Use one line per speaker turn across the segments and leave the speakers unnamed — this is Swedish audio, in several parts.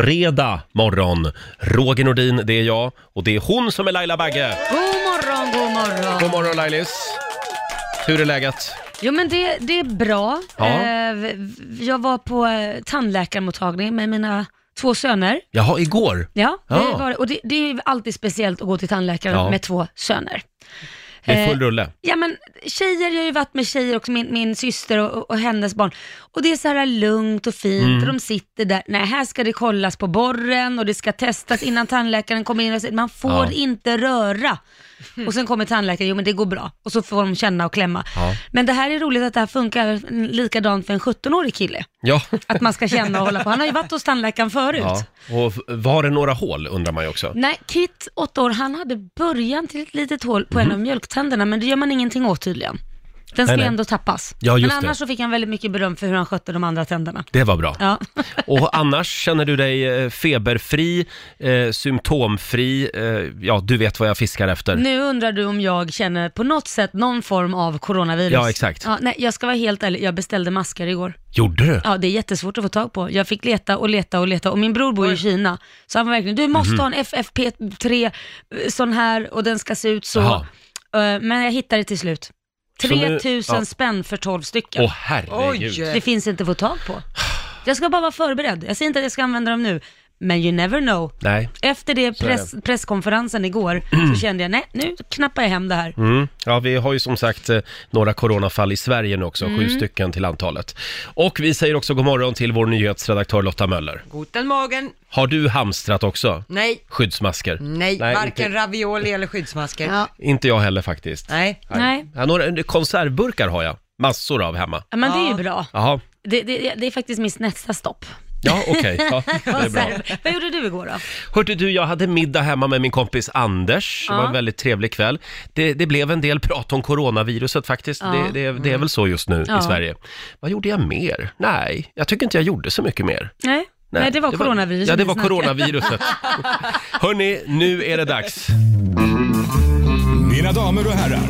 fredag morgon. Roger Nordin, det är jag och det är hon som är Laila Bagge.
God morgon, god morgon.
God morgon Lailis! Hur är läget?
Jo men det, det är bra.
Ja.
Eh, v- v- jag var på eh, tandläkarmottagning med mina två söner.
Jaha, igår.
Ja,
Ja.
Det, var, och det, det är ju alltid speciellt att gå till tandläkaren
Ja.
med två söner.
Det är full
Eh,
rulle.
Ja men tjejer, jag har ju varit med tjejer också, min, min syster och, och, och hennes barn. Och det är så här lugnt och fint
Mm.
och de sitter där. Nej, här ska det kollas på borren och det ska testas innan tandläkaren kommer in och säger man får
Ja.
inte röra. Och sen kommer tandläkaren, jo men det går bra. Och så får de känna och klämma.
Ja.
Men det här är roligt att det här funkar likadant för en 17-årig kille.
Ja.
Att man ska känna och hålla på. Han har ju varit hos tandläkaren förut.
ja. Och v- var det några hål undrar man ju också.
Nej, Kit, åtta år, han hade början till ett litet hål på en av mjölktänderna, men det gör man ingenting åt tydligen. Den
Mhm. Nej,
ska ju
nej.
ändå tappas.
Ja, just
men
det.
annars så fick han väldigt mycket beröm för hur han skötte de andra tänderna.
Det var bra.
Ja.
Och annars, känner du dig eh, feberfri, eh, symptomfri? Eh, ja, du vet vad jag fiskar efter.
Nu undrar du om jag känner på något sätt någon form av coronavirus.
Ja, exakt.
Ja, nej, jag ska vara helt ärlig, jag beställde masker igår.
Gjorde du?
Ja, det är jättesvårt att få tag på. Jag fick leta och leta och leta och min bror bor i Kina. Så han var verkligen, du
Mhm.
måste ha en FFP3 eh, sån här och den ska se ut så.
Jaha.
Eh, Men jag hittade det till slut.
Så nu-
3000
ja.
spänn för 12 stycken.
Åh herregud.
Oj.
Det finns inte att få tag på. Jag ska bara vara förberedd. Jag säger inte att jag ska använda dem nu, men you never know.
Nej.
Efter det
är det.
press, presskonferensen igår så kände jag, nej nu knappar jag hem det här.
Mm. Ja, vi har ju som sagt eh, några coronafall i Sverige nu också,
Mm.
sju stycken till antalet. Och vi säger också god morgon till vår nyhetsredaktör Lotta Möller.
Guten Morgen.
Har du hamstrat också?
Nej,
Skyddsmasker?
Mm.
nej,
Nej,
varken
inte.
ravioli eller skyddsmasker.
Ja.
Inte jag heller faktiskt.
Nej.
Nej.
Ja, några eh, konservburkar har jag, massor av hemma.
Ja, Men det är ju bra.
Jaha,
Det, det, det är faktiskt mitt nästa stopp.
ja okej. Ja, det är bra.
Konserv. Vad gjorde du igår då?
Hörde du, jag hade middag hemma med min kompis Anders. Det var
Ja.
en väldigt trevlig kväll. Det, det blev en del prat om coronaviruset faktiskt.
Ja. Mm.
Det, det, det är väl så just nu i
Ja.
Sverige. Vad gjorde jag mer? Nej, jag tycker inte jag gjorde så mycket mer.
Nej, nej, det var coronaviruset.
Ja, det
vi
var
snackade.
coronaviruset. Hörni, nu är det dags.
Mina damer och herrar,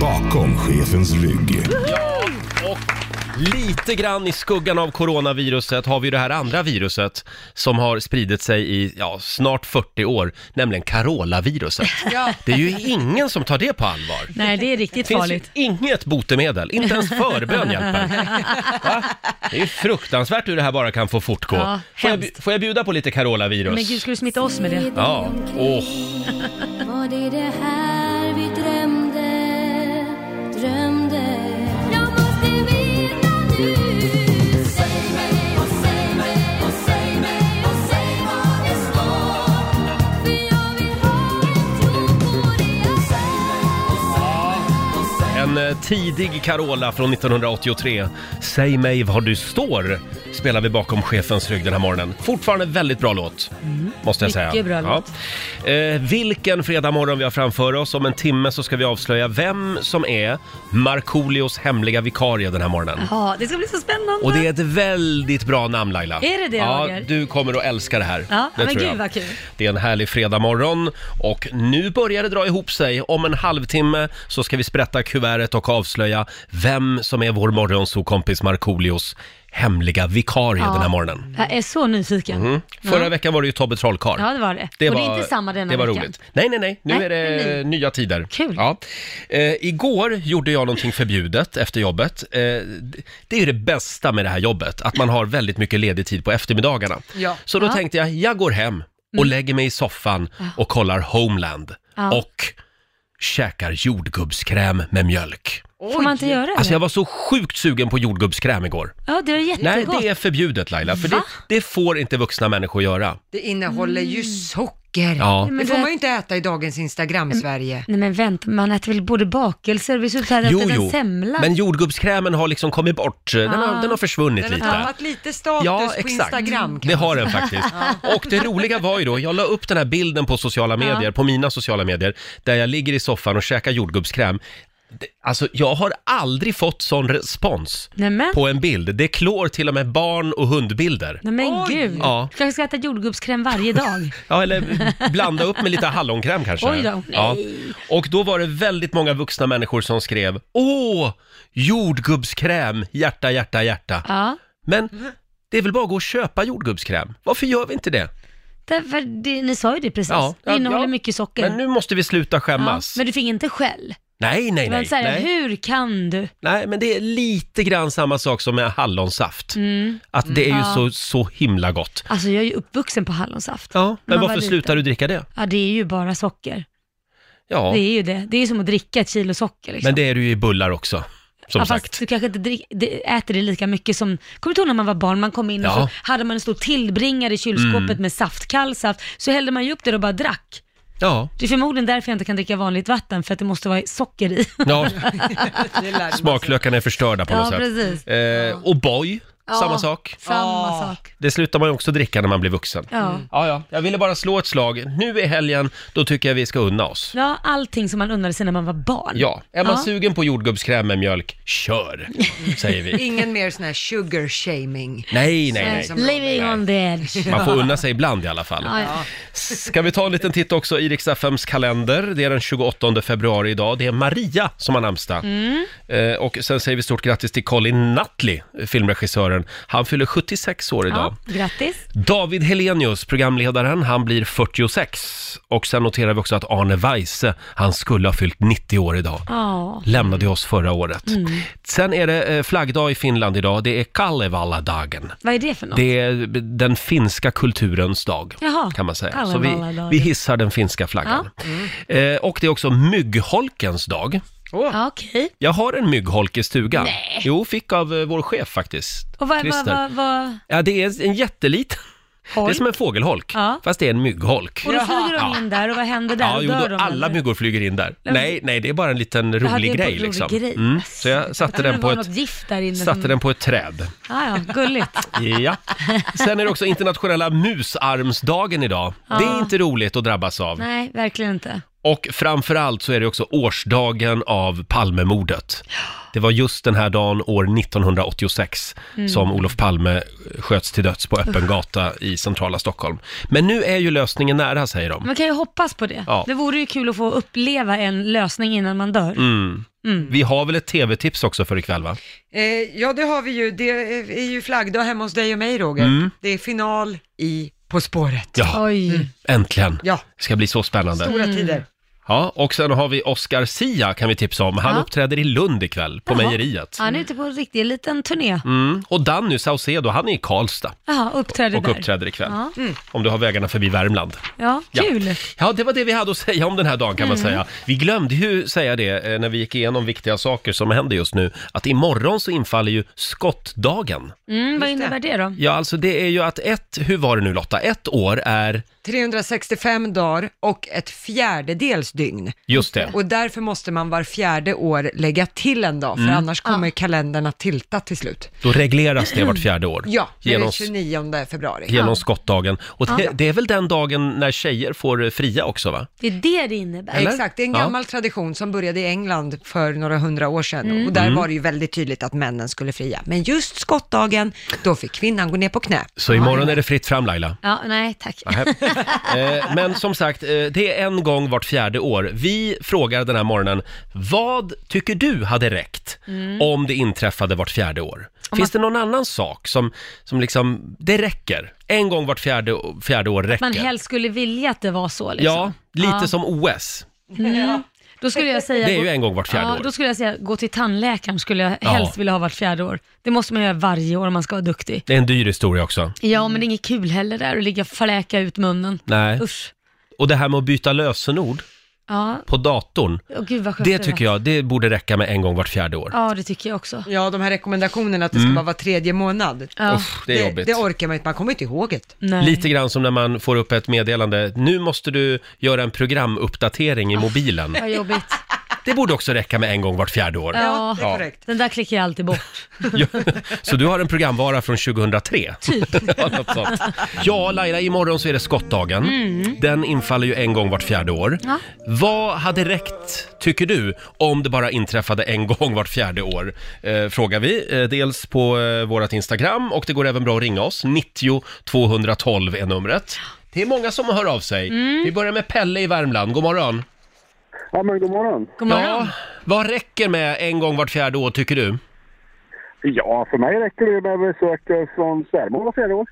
bakom chefens rygg.
Och lite grann i skuggan av coronaviruset har vi det här andra viruset som har spridit sig i ja, snart 40 år, nämligen Carola-viruset. Det är ju ingen som tar det på allvar.
Nej, det är riktigt
Det finns ju
farligt.
inget botemedel, inte ens förbön hjälper. Va? Det är ju fruktansvärt hur det här bara kan få fortgå.
Ja,
får, jag,
hemskt.
får jag bjuda på lite Carola-virus?
Men gud, ska du smitta oss med det?
Ja, åh.
Var det det här vi drömde, drömde? Jag måste veta nu. Säg mig och säg mig och säg mig och säg vad det står. För jag vill ha en tro på det jag säger.
En eh, tidig Carola från 1983. Säg mig var du står, spelar vi bakom chefens rygg den här morgonen. Fortfarande väldigt bra låt, måste jag säga.
Mm. mycket bra låt.
Eh, vilken fredag morgon vi har framför oss. Om en timme så ska vi avslöja vem som är Markoolios hemliga vikarie den här morgonen.
Ja, det ska bli så spännande.
Och det är ett väldigt bra namn Laila.
Är det det,
Ja,
Roger?
du kommer att älska det här.
Ja,
det
men
tror
gud
jag.
vad kul.
Det är en härlig fredagmorgon och nu börjar det dra ihop sig. Om en halvtimme så ska vi sprätta kuvertet och avslöja vem som är vår morgonsokompis Markoolios hemliga vikarie den här morgonen.
Jag är så nyfiken.
Förra veckan var det ju Tobbe Trollkarl.
Ja, det var det. och det är inte samma denna
Det var
veckan.
roligt. Nej, nej, nej. Nu
Nej,
är det
det är
nya tider.
Kul.
Ja. Eh, igår gjorde jag någonting förbjudet efter jobbet. Eh, d- det är ju det bästa med det här jobbet, att man har väldigt mycket ledig tid på eftermiddagarna.
Ja.
Så då
Ja. Mm. Ah.
tänkte jag, jag går hem och lägger mig i soffan och kollar Homeland.
Ja.
Och käkar jordgubbskräm med mjölk.
Får man inte göra det?
Alltså jag var så sjukt sugen på jordgubbskräm igår.
Ja, det är
Nej,
jättegott.
det är förbjudet Laila, för det,
Va?
det får inte vuxna människor göra.
Det innehåller ju socker.
Ja.
Mm.
Mm.
Men
det får
det-
man ju inte äta i dagens Instagram-Sverige.
Nej men vänta, man äter väl både bakelser, vi skulle äta en semla.
Men jordgubbskrämen har liksom kommit bort. Den, har,
Ah.
den har försvunnit
Den har
lite.
tappat lite status
Ja,
på
exakt.
Instagram. kan
Det
man
har den faktiskt. Och det roliga var ju då, jag la upp den här bilden på sociala medier, på mina sociala medier, där jag ligger i soffan och käkar jordgubbskräm. Det- Alltså, jag har aldrig fått sån respons
Nej men,
på en bild. Det klår till och med barn och hundbilder.
nej, men
Oj.
gud.
Ja.
Du kanske ska äta jordgubbskräm varje dag.
Ja, eller blanda upp med lite hallonkräm kanske.
Oj då,
ja.
nej.
Och då var det väldigt många vuxna människor som skrev Åh, jordgubbskräm, hjärta, hjärta, hjärta.
Ja.
Men det är väl bara att gå och köpa jordgubbskräm. Varför gör vi inte det?
Därför, det, ni sa ju det precis.
Ja, ja,
det innehåller
ja.
mycket socker.
Men nu måste vi sluta
ja,
skämmas.
men du fick inte skäll?
Nej, nej,
Det var
nej.
så här,
nej.
hur kan du?
Nej, men det är lite grann samma sak som med hallonsaft. Att det är ju
Mm. Ja.
så, så himla gott.
Alltså jag är ju uppvuxen på hallonsaft.
Ja,
När
men
man var
varför
liten.
slutar du dricka det?
Ja, det är ju bara socker.
Ja,
Det är ju det. Det är ju som att dricka ett kilo socker liksom.
men det är du ju i bullar också, som
ja,
sagt.
Fast du kanske inte drick, det- äter det lika mycket som, kommer du ihåg när man var barn, man kom in och
Ja.
så hade man en stor tillbringare i kylskåpet
Mm.
med saft, kall saft, så hällde man ju upp det och bara drack.
Ja,
Det är förmodligen därför jag inte kan dricka vanligt vatten, för att det måste vara socker i.
ja. smaklökarna är förstörda på
Ja,
något sätt.
precis.
Eh, och boy, samma sak.
Samma sak.
Det slutar man ju också dricka när man blir vuxen.
Ja.
Ja, ja, jag ville bara slå ett slag. Nu i helgen, då tycker jag vi ska unna oss.
ja, allting som man undrade sig när man var barn.
Ja, är man
Ja.
sugen på jordgubbskräm med mjölk, kör, säger vi.
Ingen mer sån här sugar shaming.
Nej, nej, nej.
Som-
Eh, Living on the edge.
Man får unna sig ibland i alla fall.
Ja, ja.
Ska vi ta en liten titt också i Rix FMs kalender? Det är den 28 februari idag. Det är Maria som har namnsdag.
Mm.
Eh, och sen säger vi stort grattis till Colin Nutley, filmregissören. Han fyller 76 år idag.
ja, grattis.
David Helenius, programledaren, han blir 46. Och sen noterar vi också att Arne Weise, han skulle ha fyllt 90 år idag.
Ja.
Lämnade oss förra året.
Mm.
Sen är det eh, flaggdag i Finland idag. Det är Kalevala-dagen.
Vad är det för något?
Det är den finska kulturens dag,
Jaha.
kan man säga.
Kalevala
Så vi,
dagen.
vi hissar den finska flaggan.
Mm.
Eh, och det är också myggholkens dag.
Ja, Okej.
Jag har en myggholk i stugan. Jo, fick av eh, vår chef faktiskt.
Och vad, vad,
Christer.
vad, vad...
Ja, det är en jätteliten. Det är som en fågelholk,
Ja.
fast det är en myggholk.
Och då flyger de in där och vad händer där?
Ja,
Och
jo,
dör
då,
de?
alla
eller?
myggor flyger in där.
men-
Nej, nej, det är bara en liten
Jaha,
rolig
det är bara
grej
en rolig
liksom.
grej.
Mm. Så jag satte
Det
den på
var något
ett,
gift där inne.
satte
som...
den på ett träd.
Ja, ja, gulligt.
Ja. Sen är det också internationella musarmsdagen idag. Det är inte roligt att drabbas av.
Nej, verkligen inte.
Och framförallt så är det också årsdagen av Palmemordet. Det var just den här dagen år 1986
Mm.
som Olof Palme eh, sköts till döds på öppen gata i centrala Stockholm. Men nu är ju lösningen nära säger de.
Man kan ju hoppas på det.
Ja.
Det vore ju kul att få uppleva en lösning innan man dör.
Mm.
Mm.
Vi har väl ett tv-tips också för ikväll va?
Eh, ja, det har vi ju. Det är ju flaggdag hemma hos dig och mig, Roger.
Mm.
Det är final i På spåret.
Ja,
Oj. Mm.
äntligen.
Ja.
Det ska bli så spännande.
Stora tider.
Ja, och sen har vi Oscar Sia kan vi tipsa om. Han
Ja.
uppträder i Lund ikväll på
Jaha.
mejeriet.
Han är ute på en riktig liten turné.
Mm. Och Danny Saucedo, han är i Karlstad
Jaha, uppträder
och
där.
uppträder ikväll.
Ja. Mm.
Om du har vägarna förbi Värmland.
ja,
Ja.
kul. Mm,
Ja, det var det vi hade att säga om den här dagen kan
Mm.
man säga. Vi glömde ju säga det eh, när vi gick igenom viktiga saker som händer just nu, att imorgon så infaller ju skottdagen.
Mm, vad innebär det då?
Ja, alltså det är ju att ett, hur var det nu Lotta, ett år är,
365 dagar och ett fjärdedels dygn.
just det,
Och därför måste man var fjärde år lägga till en dag, för
Mm.
annars kommer kalendern att tilta till slut.
då regleras det vart fjärde år.
Mm. Ja, det är
genom,
den 29 februari.
genom skottdagen. Och det, det är väl den dagen när tjejer får eh, fria också va?
Det är det det innebär.
Eller?
Exakt, det är en
Ja.
gammal tradition som började i England för några hundra år sedan. Och där
Mm.
var det ju väldigt tydligt att männen skulle fria. Men just skottdagen, då fick kvinnan gå ner på knä.
Så imorgon är det fritt fram Laila.
Ja, nej tack.
Eh, Men som sagt, eh, det är en gång vart fjärde år. Vi frågar den här morgonen, vad tycker du hade räckt
Mm.
om det inträffade vart fjärde år? Finns det någon annan sak som, som liksom, det räcker? En gång vart fjärde, fjärde år räcker.
Man helst skulle vilja att det var så liksom.
Ja, lite som OS.
Då skulle jag säga...
Det är ju en gång vart fjärde
ja,
år.
Då skulle jag säga, gå till tandläkaren skulle jag
Ja.
helst vilja ha vart fjärde år. Det måste man göra varje år om man ska vara duktig.
Det är en dyr historia också.
Ja, men det är inget kul heller där att ligga och fläka ut munnen.
Nej.
Usch.
Och det här med att byta lösenord
Ja,
på datorn,
och gud vad sjukt
det tycker jag, det borde räcka med en gång vart fjärde år.
Ja, det tycker jag också.
Ja, de här rekommendationerna att det ska vara var tredje månad.
Ja.
Uff, Mm. det är jobbigt.
Det, orkar man inte, man kommer inte ihåg det.
Nej.
Lite grann som när man får upp ett meddelande, nu måste du göra en programuppdatering i mobilen.
Vad jobbigt.
Det borde också räcka med en gång vart fjärde år.
Ja,
det är korrekt.
den där klickar jag alltid bort.
Ja. Så du har en programvara från 2003? Typ. ja, något sånt. ja, Laila, imorgon så är det skottdagen. Den infaller ju en gång vart fjärde år.
Mm. Ja.
Vad hade räckt, tycker du, om det bara inträffade en gång vart fjärde år? Eh, frågar vi. Eh, dels på eh, vårt Instagram och det går även bra att ringa oss. 90 212 är numret. Det är många som hör av sig.
Mm.
Vi börjar med Pelle i Värmland. God morgon.
Ja, men god morgon.
God morgon.
Ja, vad räcker med en gång vart fjärde år, tycker du?
Ja, för mig räcker det med besök från svärmor var fjärde år.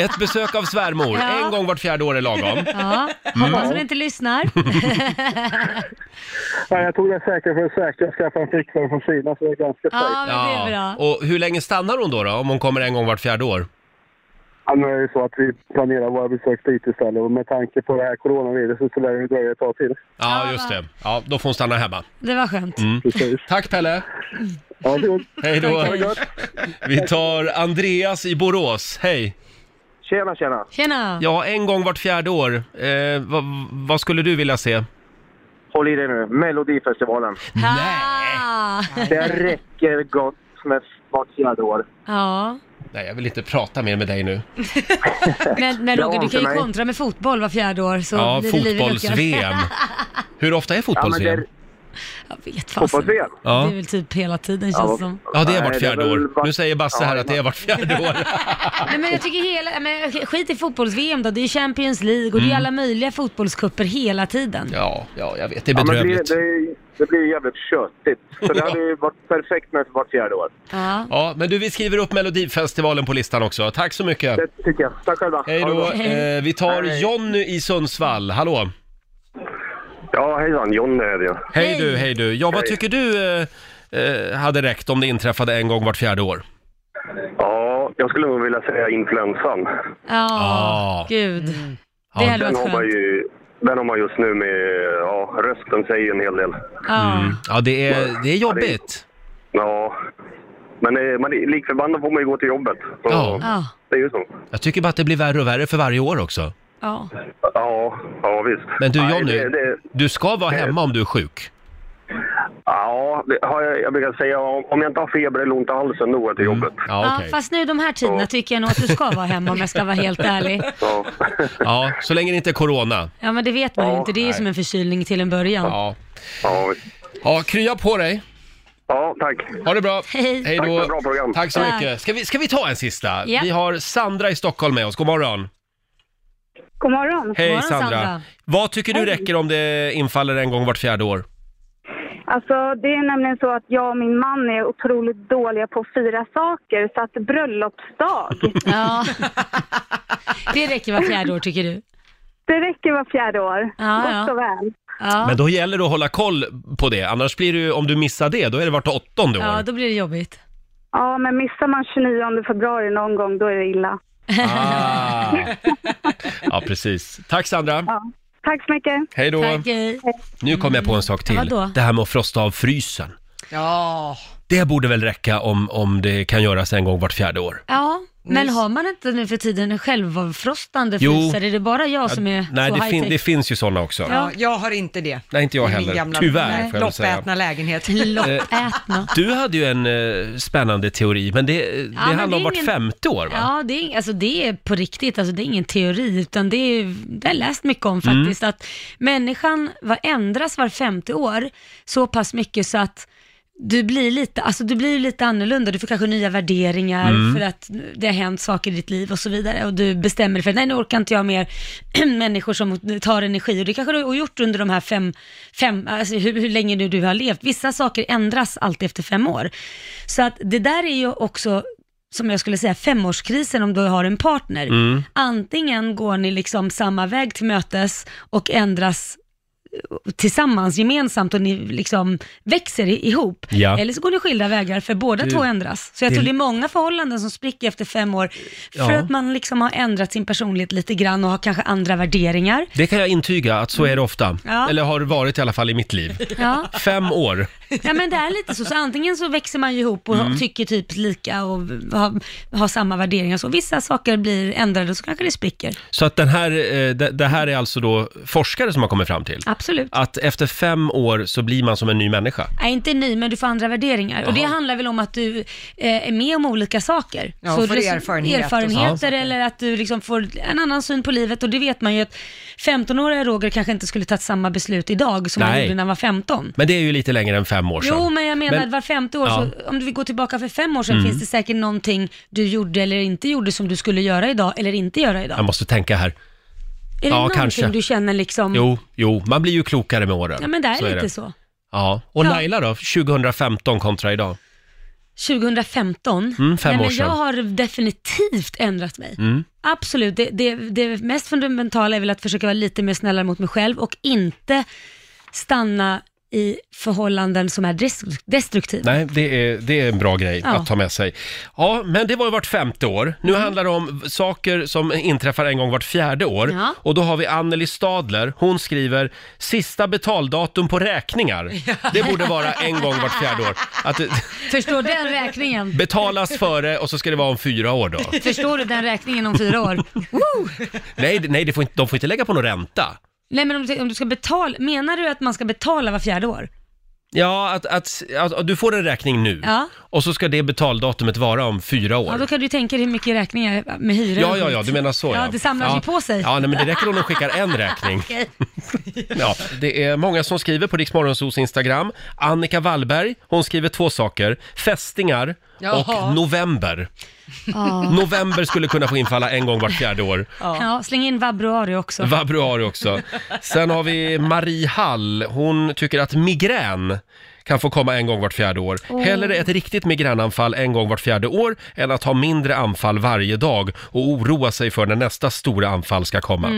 Ett besök av svärmor,
Ja.
en gång vart fjärde år är lagom.
Ja,
Mm.
hoppas hon inte lyssnar.
Nej, jag tog det säkra för det säkra. Jag skaffade en flickvän från Kina så det är ganska
Ja,
tajt.
men det är bra.
Och hur länge stannar hon då, då om hon kommer en gång vart fjärde år?
Ja, nu är det så att vi planerar våra besök på IT-ställen och med tanke på det här coronaviruset så lär det dröja ett tag till.
Ja, just det. Ja, då får hon stanna hemma.
Det var skönt.
Mm.
Precis.
Tack Pelle!
Ja, det är gott.
Hej då!
Ha det gott.
Vi tar Andreas i Borås, hej!
Tjena, tjena.
Tjena!
Ja, en gång vart fjärde år. Eh, vad, vad skulle du vilja se?
Håll i dig nu. Melodifestivalen.
Ha!
Det räcker gott med vart fjärde år.
Ja,
Nej, jag vill inte prata mer med dig nu.
men, men Roger,
Ja,
du kan
för
ju
mig.
kontra med fotboll var fjärde år så
Ja,
blir det liv i luckan.
fotbolls-VM. Hur ofta är fotbolls-VM?
Jag vet fasen.
Fotbolls-VM?
Ja.
Det är väl typ hela tiden känns det som.
Ja, det är vart
Nej,
fjärde
väl
år.
vart-
Nu säger Basse
Ja,
här att det är vart fjärde år.
Nej, men jag tycker hela, men, okej, skit i fotbolls-VM då, det är Champions League och det är alla möjliga fotbollskupper hela tiden.
Mm. Ja, ja, jag vet. Det är
Ja, men det, blir,
bedrövligt.
det, det blir jävligt köttigt. Så det hade ju varit perfekt med vart fjärde år.
Ja.
Ja, men du, vi skriver upp Melodifestivalen på listan också. Tack så mycket.
Det tycker jag. Tack själva.
Hej
Ha det
då.
bra.
Eh, vi tar Jonny i Sundsvall. Hallå!
Ja, hejsan. John är det ju.
Hej
Hej.
du, hej du. Ja, vad tycker du eh, eh, hade räckt om det inträffade en gång vart fjärde år?
Ja, jag skulle nog vilja säga influensan.
Ja,
Ah.
gud. Det hade
Den
varit
har man
skönt.
ju... Den har man just nu med... Ja, rösten säger ju en hel del.
Ja.
Mm. Ja, det är, det är jobbigt.
Ja. Men eh, man, är- lik förbannat får man ju gå till jobbet. Så
Ja.
Ja.
Det är ju så.
Jag tycker bara att det blir värre och värre för varje år också.
Ja.
Ja, ja visst.
Men du
Nej,
Jonny,
det- det-
du ska vara hemma om du är sjuk.
Ja, det har jag, jag brukar säga om om jag inte har feber eller ont i halsen, då går jag till jobbet.
Mm. Ja, okej.
ja, fast nu de här tiderna tycker jag nog att du ska vara hemma om jag ska vara helt ärlig.
Ja.
Ja, så länge det inte är corona.
Ja, men det vet man ju
Ja,
inte. Det är ju
nej.
som en förkylning till en början.
Ja.
ja, visst.
ja, krya på dig.
ja tack.
Ha det bra.
Hej.
Hej
Tack för
då.
ett bra program.
Tack så
Tack.
mycket. Ska vi, ska vi ta en sista?
Ja.
Vi har Sandra i Stockholm med oss. God morgon.
God morgon.
Hej
morgon,
Sandra.
Sandra.
Vad tycker du räcker om det infaller en gång vart fjärde år?
Alltså, det är nämligen så att jag och min man är otroligt dåliga på att fira saker, så att bröllopsdag,
Ja. Det räcker var fjärde år tycker du?
det räcker var fjärde år.
Ja,
Gott
ja.
och väl.
Ja.
Men då gäller det att hålla koll på det, annars blir det ju, om du missar det, då är det vart åttonde år.
ja, då blir det jobbigt.
Ja, men missar man 29 februari någon gång, då är det illa.
Ah. ja, precis. Tack Sandra.
Tack så mycket.
Hej då.
Tack, hej.
Nu kom jag på en sak till.
Vadå?
Det här med att frosta av frysen.
Ja,
Det borde väl räcka om, om det kan göras en gång vart fjärde år?
Ja, men har man inte nu för tiden en självavfrostande
Jo.
fryser? Är det bara jag som är
Nej,
så
det, fin-
high-tech?
det finns ju sådana också.
Ja.
ja, jag har inte det.
Nej, inte jag
I min
heller.
gamla-
Tyvärr, får jag väl säga.
Loppätna lägenhet.
Loppätna.
Du hade ju en eh, spännande teori, men det, det
men
handlar
det är
om vart
ingen-
femte år va?
Ja, det är, alltså det är på riktigt, alltså det är ingen teori, utan det, är, det har jag läst mycket om
Mm.
faktiskt, att människan var, ändras var femte år så pass mycket så att du blir lite, alltså du blir lite annorlunda, du får kanske nya värderingar
Mm.
för att det har hänt saker i ditt liv och så vidare och du bestämmer dig för att nej nu orkar inte jag mer människor som tar energi och det kanske du har gjort under de här fem, fem alltså hur, hur länge nu du har levt. Vissa saker ändras alltid efter fem år. Så att det där är ju också som jag skulle säga, femårskrisen om du har en partner.
Mm.
Antingen går ni liksom samma väg till mötes och ändras eh, tillsammans, gemensamt och ni liksom växer i- ihop.
Ja.
Eller så går ni skilda vägar för båda
Du,
två ändras. Så jag
det-
tror det är många förhållanden som spricker efter fem år för
Ja.
att man liksom har ändrat sin personlighet lite grann och har kanske andra värderingar.
Det kan jag intyga att så är det ofta.
Mm. Ja.
Eller har det varit i alla fall i mitt liv.
Ja.
Fem år.
ja, men det är lite så. Så antingen så växer man ju ihop och
Mm.
tycker typ lika och har, har samma värderingar. Så vissa saker blir ändrade och så kanske det spricker.
Så att den här, eh, det, det här är alltså då forskare som har kommit fram till.
Absolut.
Att efter fem år så blir man som en ny människa.
Nej, inte ny, men du får andra värderingar. Och det
Jaha.
handlar väl om att du eh, är med om olika saker.
Ja, och får
det-
erfarenhet och
erfarenheter
sådana
eller att du liksom får en annan syn på livet. Och det vet man ju att 15-åriga Roger kanske inte skulle tagit samma beslut idag som han
Nej.
gjorde när han var 15.
Men det är ju lite längre än fem år sedan.
Jo, men jag menar
Men-
att var femte år,
Ja.
så, om du vill gå tillbaka för fem år sedan, finns det säkert någonting du gjorde eller inte gjorde som du skulle göra idag eller inte göra idag.
Jag måste tänka här.
är det
ja,
någonting
kanske.
du känner liksom,
Jo, jo, man blir ju klokare med åren.
ja men det är lite
det.
så.
Ja, och
Ja.
Laila då? 2015 kontra idag?
2015.
Mm, fem
Nej,
år
men
sedan.
jag har definitivt ändrat mig.
Mm.
Absolut, det, det, det mest fundamentala är väl att försöka vara lite mer snällare mot mig själv och inte stanna i förhållanden som är des- destruktiva.
Nej, det är, det är en bra grej
Ja. Mm.
att ta med sig. Ja, men det var ju vart femte år. Nu handlar det om saker som inträffar en gång vart fjärde år.
Ja.
Och då har vi Anneli Stadler. Hon skriver “Sista betaldatum på räkningar”. Det borde vara en gång vart fjärde år. Att det
Förstår den räkningen?
betalas före och så ska det vara om fyra år då.
Förstår du den räkningen om fyra år? Woo!
Nej, det- nej det får inte, de får inte lägga på någon ränta.
Nej men om du, om du ska betala, menar du att man ska betala var fjärde år?
Ja, att, att, att, att du får en räkning nu
Ja.
och så ska det betaldatumet vara om fyra år.
Ja, då kan du ju tänka dig hur mycket räkningar med hyra
Ja,
och
ja, ja,
skit.
du menar så ja.
Ja, det samlar
ja.
sig på sig.
Ja, nej, men det räcker om de skickar en räkning.
Okej.
Ja, det är många som skriver på Riksmorgonsos Instagram. Annika Wallberg, hon skriver två saker. Fästingar och
Jaha.
november.
Ja.
November skulle kunna få infalla en gång vart fjärde år.
ja, släng in vabruari också.
Februari också. Sen har vi Marie Hall. Hon tycker att migrän kan få komma en gång vart fjärde år. Hellre ett riktigt migränanfall en gång vart fjärde år än att ha mindre anfall varje dag och oroa sig för när nästa stora anfall ska komma.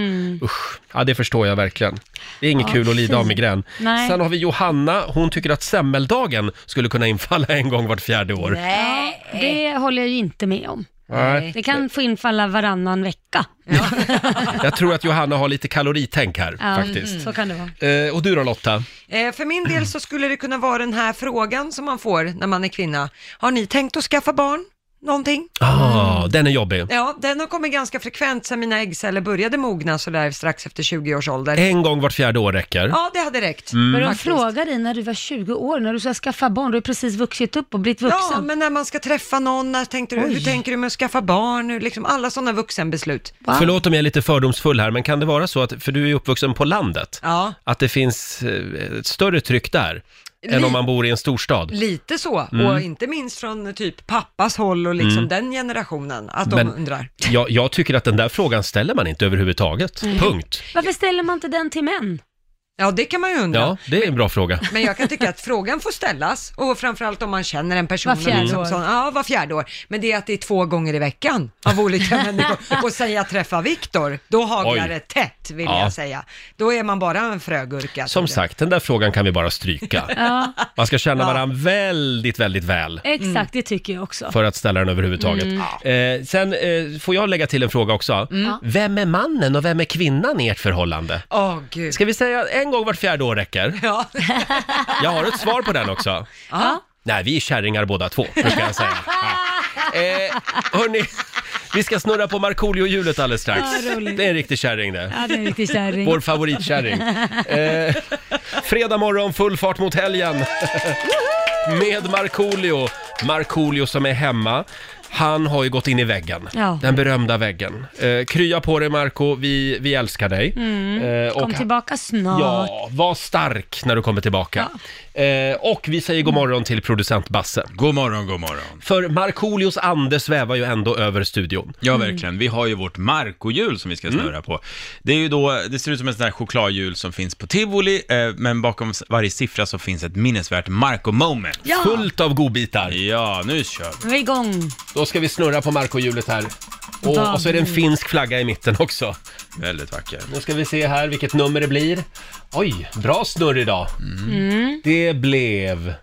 Usch, ja det förstår jag verkligen. Det är inget
Mm. Ja,
kul att lida av
fy.
migrän.
Nej.
Sen har vi Johanna. Hon tycker att semmeldagen skulle kunna infalla en gång vart fjärde år.
Ja, det håller jag ju inte med om.
Nej.
Det kan få infalla varannan vecka.
Jag tror att Johanna har lite kaloritänk här
Ja,
Mm, faktiskt.
Så kan det vara.
Eh, och du då Lotta?
Eh, för min del så skulle det kunna vara den här frågan som man får när man är kvinna. Har ni tänkt att skaffa barn? Någonting?
Ah, Den är jobbig.
Ja, den har kommit ganska frekvent sedan mina äggceller började mogna sådär strax efter 20 års ålder.
En gång vart fjärde år räcker.
Ja, det hade räckt.
Mm.
Men de
faktiskt.
frågar dig när du var 20 år, när du ska skaffa barn, du har precis vuxit upp och blivit vuxen.
Ja, men när man ska träffa någon, när tänkte du, hur tänker du med att skaffa barn? Hur, liksom alla sådana vuxenbeslut.
Wow.
Förlåt om jag är lite fördomsfull här, men kan det vara så att, för du är ju uppvuxen på landet,
Ja,
att det finns eh, ett större tryck där än
Li-
om man bor i en storstad?
lite så.
Mm.
Och inte minst från typ pappas håll och liksom den generationen, att de
Men-
undrar.
Jag, jag tycker att den där frågan ställer man inte överhuvudtaget. Punkt.
Varför ställer man inte den till män?
Ja, det kan man ju undra.
Ja, det är en bra fråga.
Men jag kan tycka att frågan får ställas och framförallt om man känner en person.
Var fjärde
och liksom
år.
sån- ja, var fjärde år. Men det är att det är två gånger i veckan av olika människor. Och säga träffa Viktor, då haglar
Oj.
det tätt vill
Ja.
jag säga. Då är man bara en frögurka.
Som
tror jag.
sagt, den där frågan kan vi bara stryka.
Ja,
Man ska känna varandra väldigt, väldigt väl
exakt, det tycker jag också.
för att ställa den överhuvudtaget. Eh, sen eh, får jag lägga till en fråga också. Vem är mannen och vem är kvinnan i ert förhållande?
Åh gud.
Ska vi säga en gång vart fjärde år räcker?
Ja.
Jag har ett svar på den också.
Ja.
Nej, vi är kärringar båda två, det ska jag säga. Ja. Eh, hörni, vi ska snurra på Markoolio-hjulet alldeles strax.
Ja, roligt.
det är en riktig kärring det.
Ja, det är en riktig kärring.
Vår favoritkärring. Eh, fredag morgon, full fart mot helgen. Med Markoolio. Markoolio som är hemma. Han har ju gått in i väggen,
Ja.
den berömda väggen. Eh, krya på dig Marco, vi, vi älskar dig. Eh, och-
Mm. Kom tillbaka snart.
Ja, var stark när du kommer tillbaka. Eh, och vi säger god morgon till producent Basse.
God morgon, god morgon.
För Markoolios ande svävar ju ändå över studion.
Ja, verkligen. Vi har ju vårt Marco-hjul som vi ska snurra på. Det är ju då, det ser ut som en sån här chokladhjul som finns på tivoli, eh, men bakom s- varje siffra så finns ett minnesvärt Marco-moment.
Ja,
Fullt av godbitar.
Ja, nu kör vi.
nu är vi igång.
Då ska vi snurra på Markohjulet här. Och, och så är det en finsk flagga i mitten också.
Väldigt vacker.
Nu ska vi se här vilket nummer det blir. Oj, bra snurr idag. Det blev...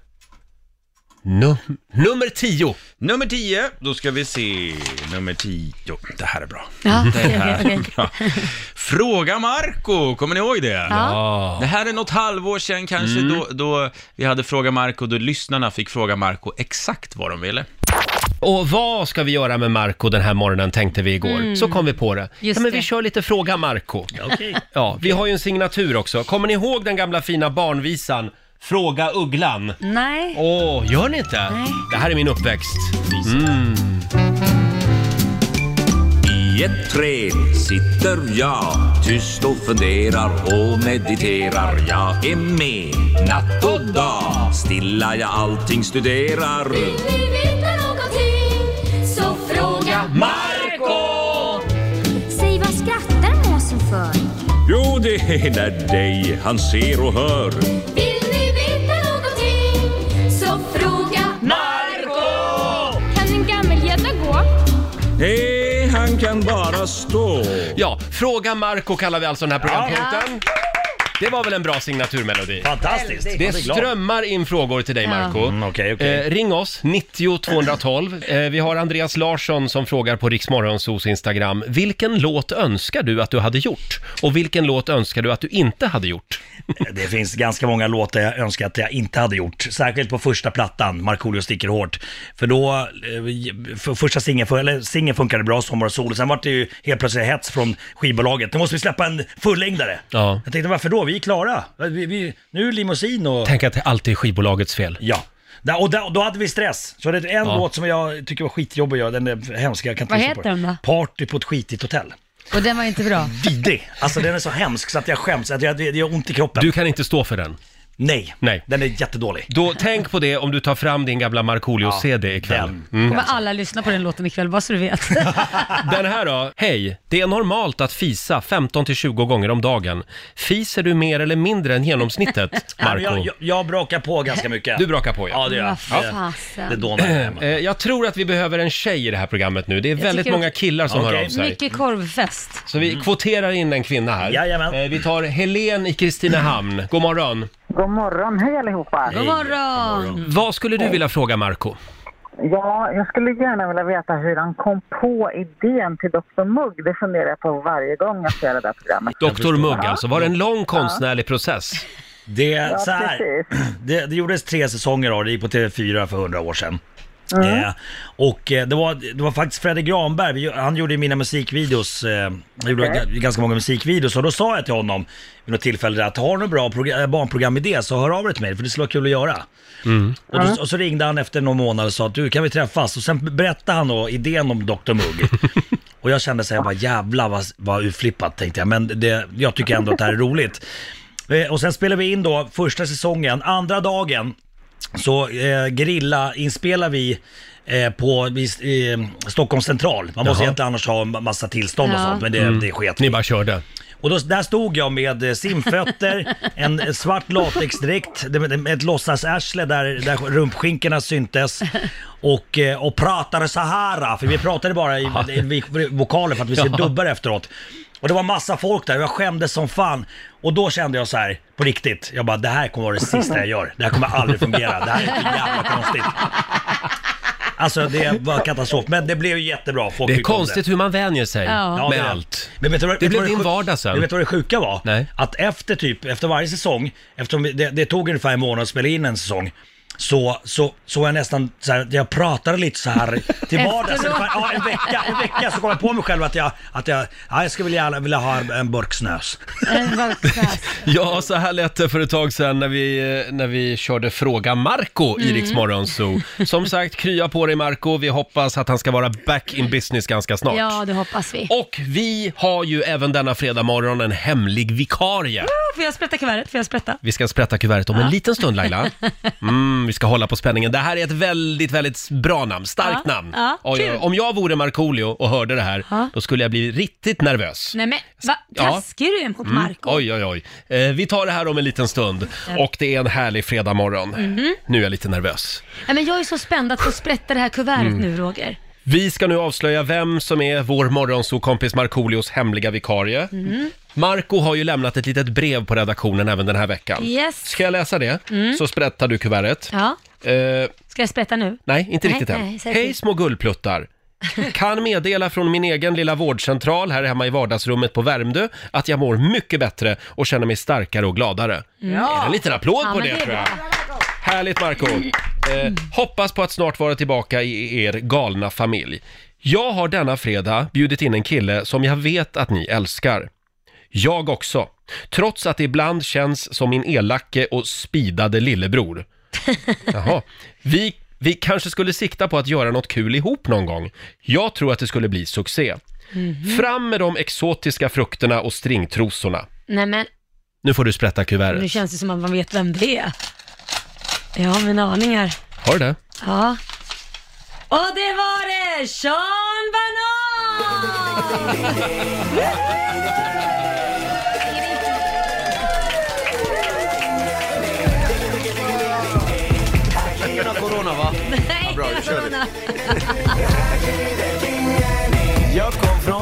Num nummer 10.
Nummer 10, då ska vi se. Nummer 10, jo, det här är bra.
Ja,
Det här är bra. Fråga Marco, kommer ni ihåg det?
Ja.
Det här är något halvår sedan kanske, då, då vi hade Fråga Marco, då lyssnarna fick fråga Marco exakt vad de ville.
Och vad ska vi göra med Marco den här morgonen tänkte vi igår. Så kom vi på det.
Mm. Just
ja, men vi
det.
kör lite fråga Marco. Ja, vi har ju en signatur också. Kommer ni ihåg den gamla fina barnvisan Fråga Ugglan?
Nej.
Åh, gör ni inte? Det här är min uppväxt.
I ett träd sitter jag tyst och funderar och mediterar. Jag är med natt och dag, stilla jag allting studerar.
Vill ni veta någonting så fråga
Marco!
Säg vad skrattar måsen för?
Jo, det är när dig han ser och hör.
Vill ni veta någonting så fråga
Marco!
Nej, han kan bara stå.
Ja, Fråga Marco kallar vi alltså den här programpunkten. Det var väl en bra signaturmelodi?
Fantastiskt!
Det
Jag är glad.
strömmar in frågor till dig
Ja.
Marco.
Mm, Okej, okej.
Eh, ring oss, 90 212. Eh, vi har Andreas Larsson som frågar på Riksmorgonsos Instagram. Vilken låt önskar du att du hade gjort? Och vilken låt önskar du att du inte hade gjort?
Det finns ganska många låtar jag önskar att jag inte hade gjort. Särskilt på första plattan, Markoolio sticker hårt. För då, eh, för första singeln, för, eller singeln funkade bra, Sommar och sol. Sen var det ju helt plötsligt hets från skivbolaget. Nu måste vi släppa en fullängdare.
Ja.
Jag tänkte varför då? Vi är klara. Vi, vi, nu är limousin och...
Tänk att det alltid är skivbolagets fel.
Ja. Där, och, där, och då hade vi stress. Så det är en
Ja.
låt som jag tycker var skitjobbig att göra, den är hemsk. Jag kan inte
Vad
lyssna
heter
på
den då?
Party på ett skitigt hotell.
Och den var inte bra.
Vidrig! Alltså den är så hemsk så att jag skäms, att jag, det det gör ont i kroppen.
Du kan inte stå för den.
Nej,
Nej.
den är jättedålig.
Då tänk på det om du tar fram din gamla Markoolio-CD ikväll.
den.
Kommer alla lyssna på den låten ikväll, bara så du vet.
Den här då? Hej! Det är normalt att fisa 15-20 gånger om dagen. Fiser du mer eller mindre än genomsnittet,
Ja, men
Marco?
Jag, jag, jag brakar på ganska mycket.
Du brakar på, ja.
Ja, det gör jag.
Vad
Ja.
fasen.
Det dånar här hemma.
Eh, Jag tror att vi behöver en tjej i det här programmet nu. Det är väldigt
tycker-
många killar som
Okej. Mm.
hör av sig.
Mycket korvfest.
Så vi kvoterar in en kvinna här.
Jajamän.
Eh, Vi tar Helen i Kristinehamn. God morgon.
God morgon, hej allihopa!
God morgon!
Vad skulle du vilja fråga Marco?
Ja, jag skulle gärna vilja veta hur han kom på idén till Dr. Mugg. Det funderar jag på varje gång jag ser det där programmet.
Dr Mugg alltså. Var det en lång konstnärlig process?
Det, är så här,
precis.
det, det gjordes tre säsonger av det, gick på TV4 för hundra år sedan. Eh, och eh, det var, det var faktiskt Fredrik Granberg, vi- han gjorde ju mina musikvideos, eh, han gjorde g- ganska många musikvideos och då sa jag till honom vid något tillfälle att har du någon bra progr- eh, barnprogramidé så hör av dig till mig för det skulle vara kul att göra. Och, då, och så ringde han efter någon månad och sa att du kan vi träffas? Och sen berättade han då idén om Dr Mugg. och jag kände så här, bara jävlar vad, vad utflippat tänkte jag, men det, jag tycker ändå att det här är roligt. Eh, Och sen spelade vi in då första säsongen, andra dagen så eh, grilla inspelar vi eh, på vis- i Stockholms central. Man måste
Jaha.
egentligen annars ha en massa tillstånd och
Ja.
sånt, men det, det sket
Ni
vi.
bara körde.
Och då, där stod jag med eh, simfötter, en eh, svart latexdräkt, det- det- med ett låtsasarsle där, där rumpskinkorna syntes. Och, eh, och pratade så här, för vi pratade bara i, i, i vokaler för att vi skulle dubba det efteråt. Och det var massa folk där och jag skämdes som fan. Och då kände jag så här, på riktigt, jag bara det här kommer vara det sista jag gör. Det här kommer aldrig fungera, det här är så jävla konstigt. Alltså det var katastrof, men det blev ju jättebra. Folk
Det är
tyckte om
konstigt hur man vänjer sig
Ja.
med
det är det.
allt.
Men vet du, vad- vet du
blev
vad
din
sjuk-
vardag sen.
Du vet vad det sjuka var?
Nej.
Att efter typ, efter varje säsong, eftersom vi- det, det tog ungefär en månad att spela in en säsong, så, så, så var jag nästan så här, jag pratade lite så här till vardags.
Efteråt.
Ungefär, ja, en vecka, en vecka så kom jag på mig själv att jag, att jag, ja, jag skulle vilja, vilja ha en burk snös.
En korvfest.
Ja, så här lät det för ett tag sedan när vi, när vi körde Fråga Marco i
Mm.
Rix Morgon Zoo. Som sagt, krya på dig Marco. Vi hoppas att han ska vara back in business ganska snart.
Ja, det hoppas vi.
Och vi har ju även denna fredag morgon en hemlig vikarie.
Får jag sprätta kuvertet? Får jag sprätta?
Vi ska sprätta kuvertet om en liten stund Laila. Mm, vi ska hålla på spänningen. Det här är ett väldigt, väldigt bra namn. Starkt
Ja,
namn.
ja,
Oj, oj,
kul.
om jag vore Markoolio och hörde det här,
Ja.
då skulle jag bli riktigt nervös.
Nej men, vad
Ja. Mm.
taskig du är mot Marco.
Oj, oj, oj. Eh, vi tar det här om en liten stund. Och det är en härlig fredag morgon.
Mhm.
Nu är jag lite nervös.
Nej, men jag är så spänd att få sprätta det här kuvertet nu Roger.
Vi ska nu avslöja vem som är vår morgonsokompis Markoolios hemliga vikarie.
Mhm.
Marco har ju lämnat ett litet brev på redaktionen även den här veckan.
Yes. Mm.
Ska jag läsa det? Så sprättar du kuvertet.
Ja,
Eh,
ska jag sprätta nu?
nej, inte
Nej,
riktigt än.
nej, säg
Hej
till.
små gullpluttar! Kan meddela från min egen lilla vårdcentral här hemma i vardagsrummet på Värmdö att jag mår mycket bättre och känner mig starkare och gladare. Ja. En liten applåd
Ja,
på
men
det,
det är
tror jag.
bra.
Härligt Marco eh, Hoppas på att snart vara tillbaka i er galna familj. Jag har denna fredag bjudit in en kille som jag vet att ni älskar. Jag också. Trots att det ibland känns som min elake och spidade lillebror. Jaha. Vi, vi kanske skulle sikta på att göra något kul ihop någon gång. Jag tror att det skulle bli succé. Fram med de exotiska frukterna och stringtrosorna.
Nej men,
Nu får du sprätta
nu
kuvertet.
känns det som att man vet vem det är. Jag har mina aningar.
Har du det?
Ja. Och det var det! Sean Banan!
Corona va?
Nej, det var Corona.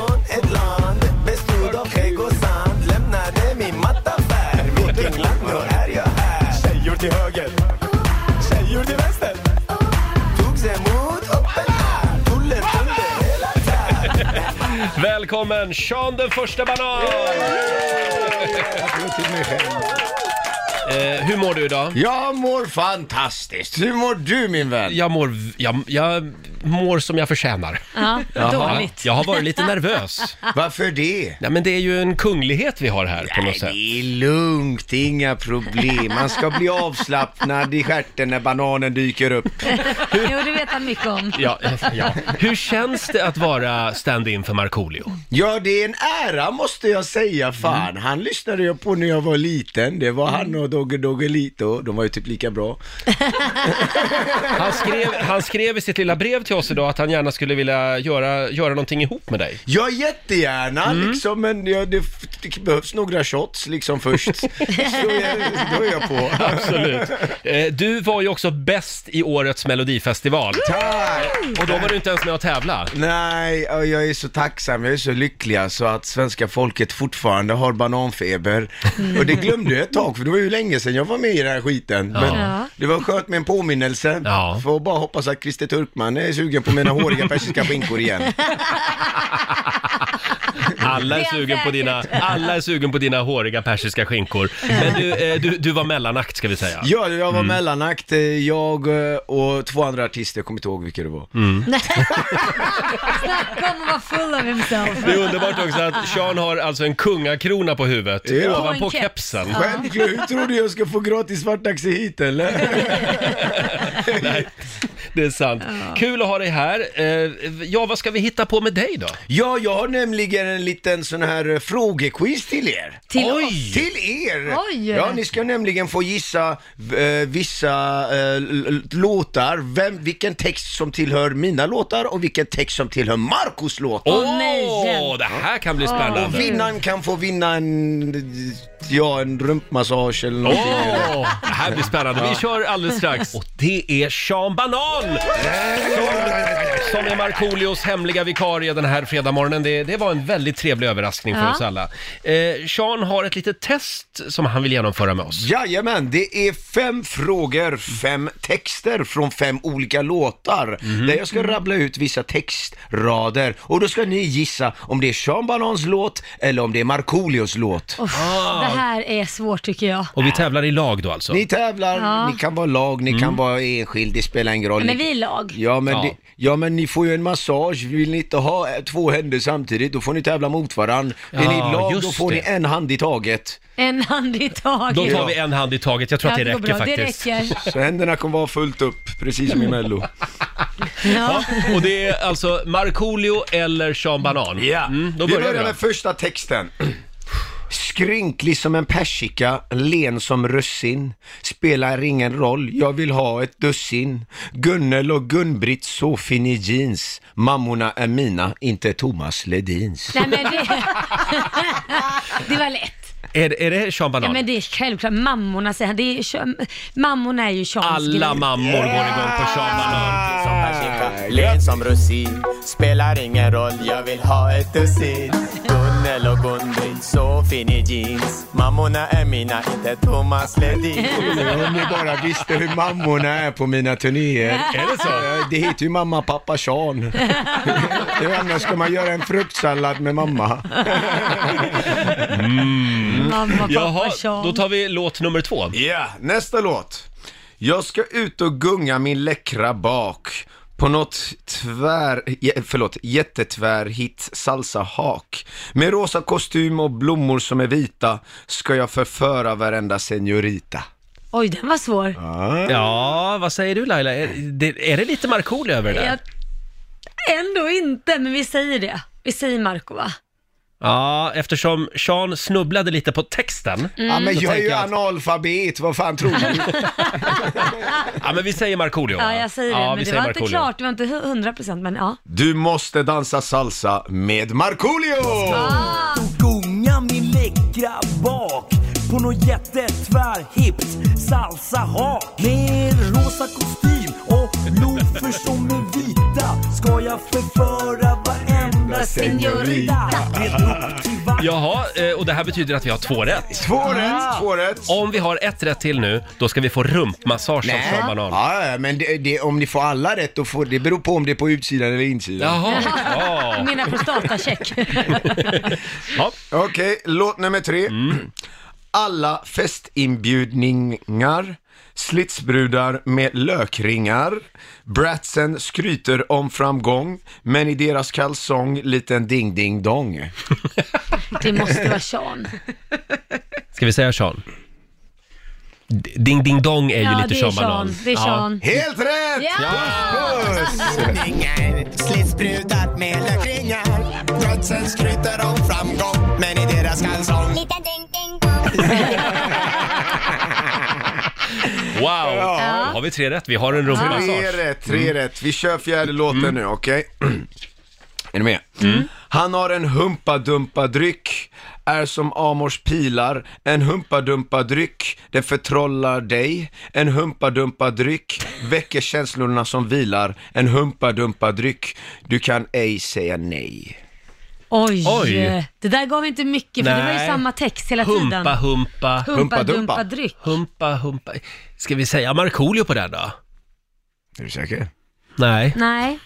välkommen Sean den första banan! Eh, hur mår du idag?
Jag mår fantastiskt. Hur mår du min vän?
Jag mår, jag, jag mår som jag förtjänar.
Ja,
Jaha.
dåligt.
Jag har varit lite nervös.
Varför det?
Nej, men det är ju en kunglighet vi har här på något sätt.
Det är lugnt, inga problem. Man ska bli avslappnad i stjärten när bananen dyker upp.
jo, det vet han mycket om.
Ja, ja. Hur känns det att vara stand-in för Markoolio?
Ja, det är en ära måste jag säga. Fan, han lyssnade jag på när jag var liten. Det var han och Dogge Doggelito. De var ju typ lika bra.
Han skrev, han skrev i sitt lilla brev till oss idag att han gärna skulle vilja göra, göra någonting ihop med dig.
Ja, jättegärna
Mm.
liksom, men ja, det, det behövs några shots liksom först. Så jag, då är jag på.
Absolut. Eh, Du var ju också bäst i årets melodifestival. Och då var du inte ens med och tävla.
Nej, och jag är så tacksam, jag är så lycklig alltså att svenska folket fortfarande har bananfeber.
Mm.
Och det glömde jag ett tag, för det var ju länge sedan jag var med i den här skiten.
Ja.
Men
Ja.
det var skönt med en påminnelse. Får bara hoppas att Christer Turkman är sugen på mina håriga persiska skinkor igen.
Alla är,
Det är
sugen på
säkert.
dina, alla är sugen på dina håriga persiska skinkor. Men du, eh, du, du var mellanakt ska vi säga.
Ja, jag var
Mm.
mellanakt, eh, jag eh, och två andra artister, jag kommer inte ihåg vilka det var.
Mm.
Snacka om att vara full av himself.
Det är underbart också att Sean har alltså en kungakrona på huvudet
Ja.
Och en
ovanpå
keps.
kepsen.
Ja.
Självklart, tror du jag ska få gratis svarttaxi hit eller?
Nej, det är sant. Kul att ha dig här. Eh, Ja, vad ska vi hitta på med dig då?
Ja, jag har nämligen en liten sån här eh, frågequiz till er.
Till Oj! oss?
Till er!
Oj!
Ja, ni ska nämligen få gissa eh, vissa eh, l- l- låtar, Vem, vilken text som tillhör mina låtar och vilken text som tillhör Marcos låtar.
Åh, Åh, nej, igen. det här kan bli spännande.
Och vinnaren kan få vinna en, ja, en rumpmassage eller någonting.
Åh, det här blir spännande. Vi kör alldeles strax. Och det är Sean Banan! Som, som är Markoolios hemliga vikarie den här fredagmorgonen. Det, det var en väldigt trevlig överraskning för
Ja.
oss alla. Eh, Sean har ett litet test som han vill genomföra med oss.
Jajamän, det är fem frågor, fem texter från fem olika låtar.
Mhm.
Där jag ska rabbla ut vissa textrader och då ska ni gissa om det är Sean Banans låt eller om det är Markoolios låt.
Uff, Det här är svårt tycker jag.
Och vi tävlar i lag då alltså?
Ni tävlar,
Ja.
ni kan vara lag, ni
Mm.
kan vara enskild, det spelar ingen roll.
Men
Ni-
vi är lag.
Ja men,
Ja.
Det, ja men ni får ju en massage, vill ni inte ha eh, två händer samtidigt då får ni tävla mot varandra. är
Ja,
ni lag då
just
får ni
det.
en hand i taget.
En hand i taget.
Då tar vi en hand i taget. Jag tror
Ja,
att det,
det går
räcker
bra. Det
faktiskt.
räcker.
Så händerna kommer vara fullt upp, precis som i Mello.
Ja. Och det är alltså Markoolio eller Sean Banan. Ja. Mm, då
vi
börjar
börjar
vi då.
med första texten. Skrynklig som en persika, len som russin. Spelar ingen roll, jag vill ha ett dussin. Gunnel och Gun-Britt så fin i jeans. Mammorna är mina, inte Thomas Ledins.
Nej men det... det var lätt.
Är, är det Sean
Ja
Banan?
men det är självklart, mammorna säger han. Det är, kö- mammorna är ju Seans
Alla
grej.
mammor går igång
Ah.
på Sean Banan.
Som persika, len som russin Spelar ingen roll, jag vill ha ett dussin Gunnel och Gun-Britt, så fin i jeans Mammorna är mina, inte Thomas Ledin
Om ni bara visste hur mammorna är på mina turnéer.
Är det så?
Eh, Det heter ju mamma, pappa, Sean. Det är Annars ska man göra en fruktsallad med mamma.
Mamma,
Jaha,
Sean.
Mm. då tar vi låt nummer två.
Ja, nästa låt. Jag ska ut och gunga min läckra bak på något tvär, je- förlåt, jättetvär hit salsa hak. Med rosa kostym och blommor som är vita ska jag förföra varenda senorita.
Oj, den var svår.
Ja, vad säger du Laila? Är det, är det lite Markoolio över det där?
Jag... Ändå inte, men vi säger det. Vi säger Marco va?
Ja, eftersom Sean snubblade lite på texten.
Mm. Ja, men
så
jag är
tänker
ju
att-
analfabet, vad fan tror du?
Ja, men vi säger Markoolio. va?
Ja, jag säger det.
Ja, vi
men det
säger
var inte
Markoolio.
klart, det var inte hu- 100 procent, men ja.
Du måste dansa salsa med Markoolio!
Ah. Gunga min läckra bak på något jättetvärhippt salsa-hak Med rosa kostym och lofer som är vita ska jag förföra varenda
señorita.
Jaha, eh, och det här betyder att vi har två rätt.
Två
Ah.
rätt, två rätt.
Om vi har ett rätt till nu, då ska vi få rumpmassage av
Nej.
Sean Banan.
Ja, ja, men det, det, om ni får alla rätt, då får, det beror på om det är på utsidan eller insidan.
Jaha.
Jag menar prostatacheck.
Okej, låt nummer tre. Alla festinbjudningar, slitsbrudar med lökringar, bratsen skryter om framgång, men i deras kalsong liten ding-ding-dong.
Det måste vara Sean.
Ska vi säga Sean? D- Ding Ding Dong är
Ja,
ju
det är
lite Sean Banan.
Sean, det är Sean.
Helt rätt!
Slitsbrudar med lökringar. Brödsen skryter om framgång. Men i deras kalsong. Liten
Wow!
Ja.
Då har vi tre rätt. Vi har en rumpmassage.
Tre rätt, tre
Mm.
rätt. Vi kör fjärde låten
Mm.
nu, okej? är ni med? Han har en humpadumpadryck, är som Amors pilar. En humpadumpadryck, den förtrollar dig. En humpadumpadryck, väcker känslorna som vilar. En humpadumpadryck, du kan ej säga nej.
Oj.
Oj.
Det där gav inte mycket för det var ju
Nej.
samma text hela tiden.
Humpa, humpa.
Humpa, dumpa, dryck.
Humpa, humpa. Ska vi säga Markoolio på den då?
Är du säker?
Nej.
Nej.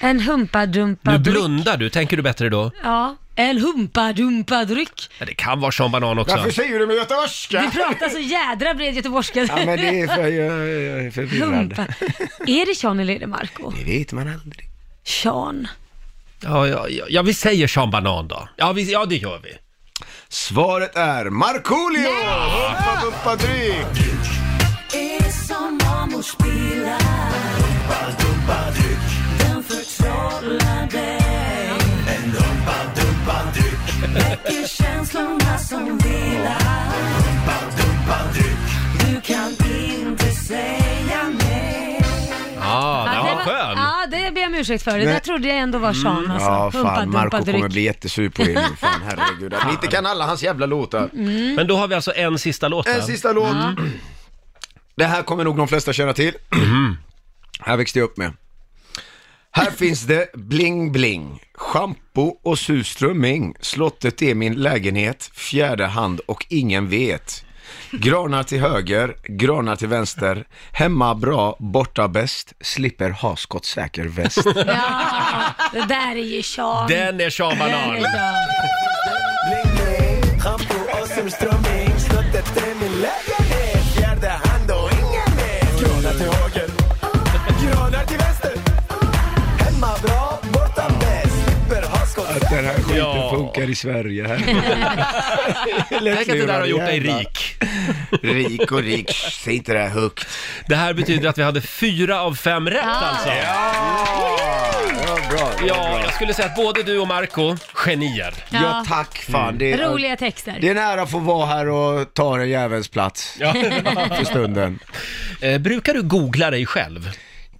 En humpa, dumpa,
Nu
dryck.
blundar du. Tänker du bättre då?
Ja. En humpa, dumpa, dryck.
Ja, det kan vara Sean Banan också.
Varför säger du med göteborgska?
Vi pratar så jädra bred göteborgska.
jag, jag är
Humpa. Är det Sean eller är det Marco?
Det vet man aldrig.
Sean.
Ja, ja, ja, ja, vi säger Sean Banan då. Ja, vi, ja det gör vi.
Svaret är Markoolio! Humpadumpadryck!
Är som mamors bilar. Dumpa, dumpa, dryck. Den förtrollar dig. En dumpa, dumpa, dryck. Väcker känslorna som vilar. Dumpa, dumpa, dryck. Du kan inte säga nej.
Ja, den var
det
skön.
Ja, det ber jag om ursäkt för. Det
Nej.
där trodde jag ändå var Sean. alltså.
Mm, Ja,
Humpa,
fan,
dumpa,
Marco
dryck.
kommer bli jättesur på er nu. Fan, herregud. Att ni inte kan alla hans jävla låtar.
Mm.
Men då har vi alltså en sista låt.
En sista låt. Det här kommer nog de flesta känna till.
Mm.
Här växte jag upp med. Här finns det bling-bling, schampo och surströmming. Slottet är min lägenhet, fjärde hand och ingen vet. Granar till höger, granar till vänster. Hemma bra, borta bäst. Slipper ha skottsäker väst.
Ja, det där är ju Sean.
Den är Sean Banan.
Den är Sean.
Shampoo och surströmming Slottet är min lägenhet Fjärde hand och ingen vet Granar till höger Granar till vänster Hemma bra, borta bäst Slipper ha skott
Att den här skiten
Ja.
funkar i Sverige. Tänk
att det där har gjort dig rik.
Rik och rik, säg inte det här högt.
Det här betyder att vi hade fyra av fem rätt alltså.
Bra,
Ja, jag skulle säga att både du och Marco genier.
Ja. Ja, tack, fan. Det är-
Mm.
Roliga
texter.
Det är en ära att få vara här och ta den jävelns plats
Ja.
för stunden.
Eh, brukar du googla dig själv?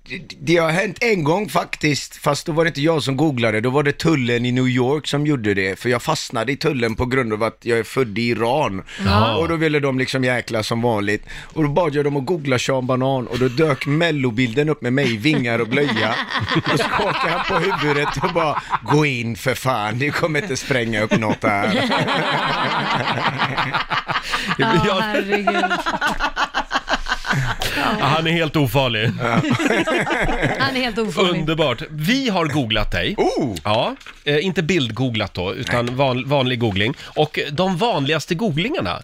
Det, det har hänt en gång faktiskt, fast då var det inte jag som googlade, då var det tullen i New York som gjorde det. För jag fastnade i tullen på grund av att jag är född i Iran.
Jaha.
Och då ville de liksom jäkla som vanligt. Och då bad jag dem att googla Sean Banan och då dök mellobilden upp med mig i vingar och blöja. Och skakade han på huvudet och bara, gå in för fan, ni kommer inte spränga upp något här.
Ja, herregud.
han är helt ofarlig.
Han är helt ofarlig.
Underbart. Vi har googlat dig.
Oh.
Ja, eh, inte bildgooglat då, utan van, vanlig googling. Och de vanligaste googlingarna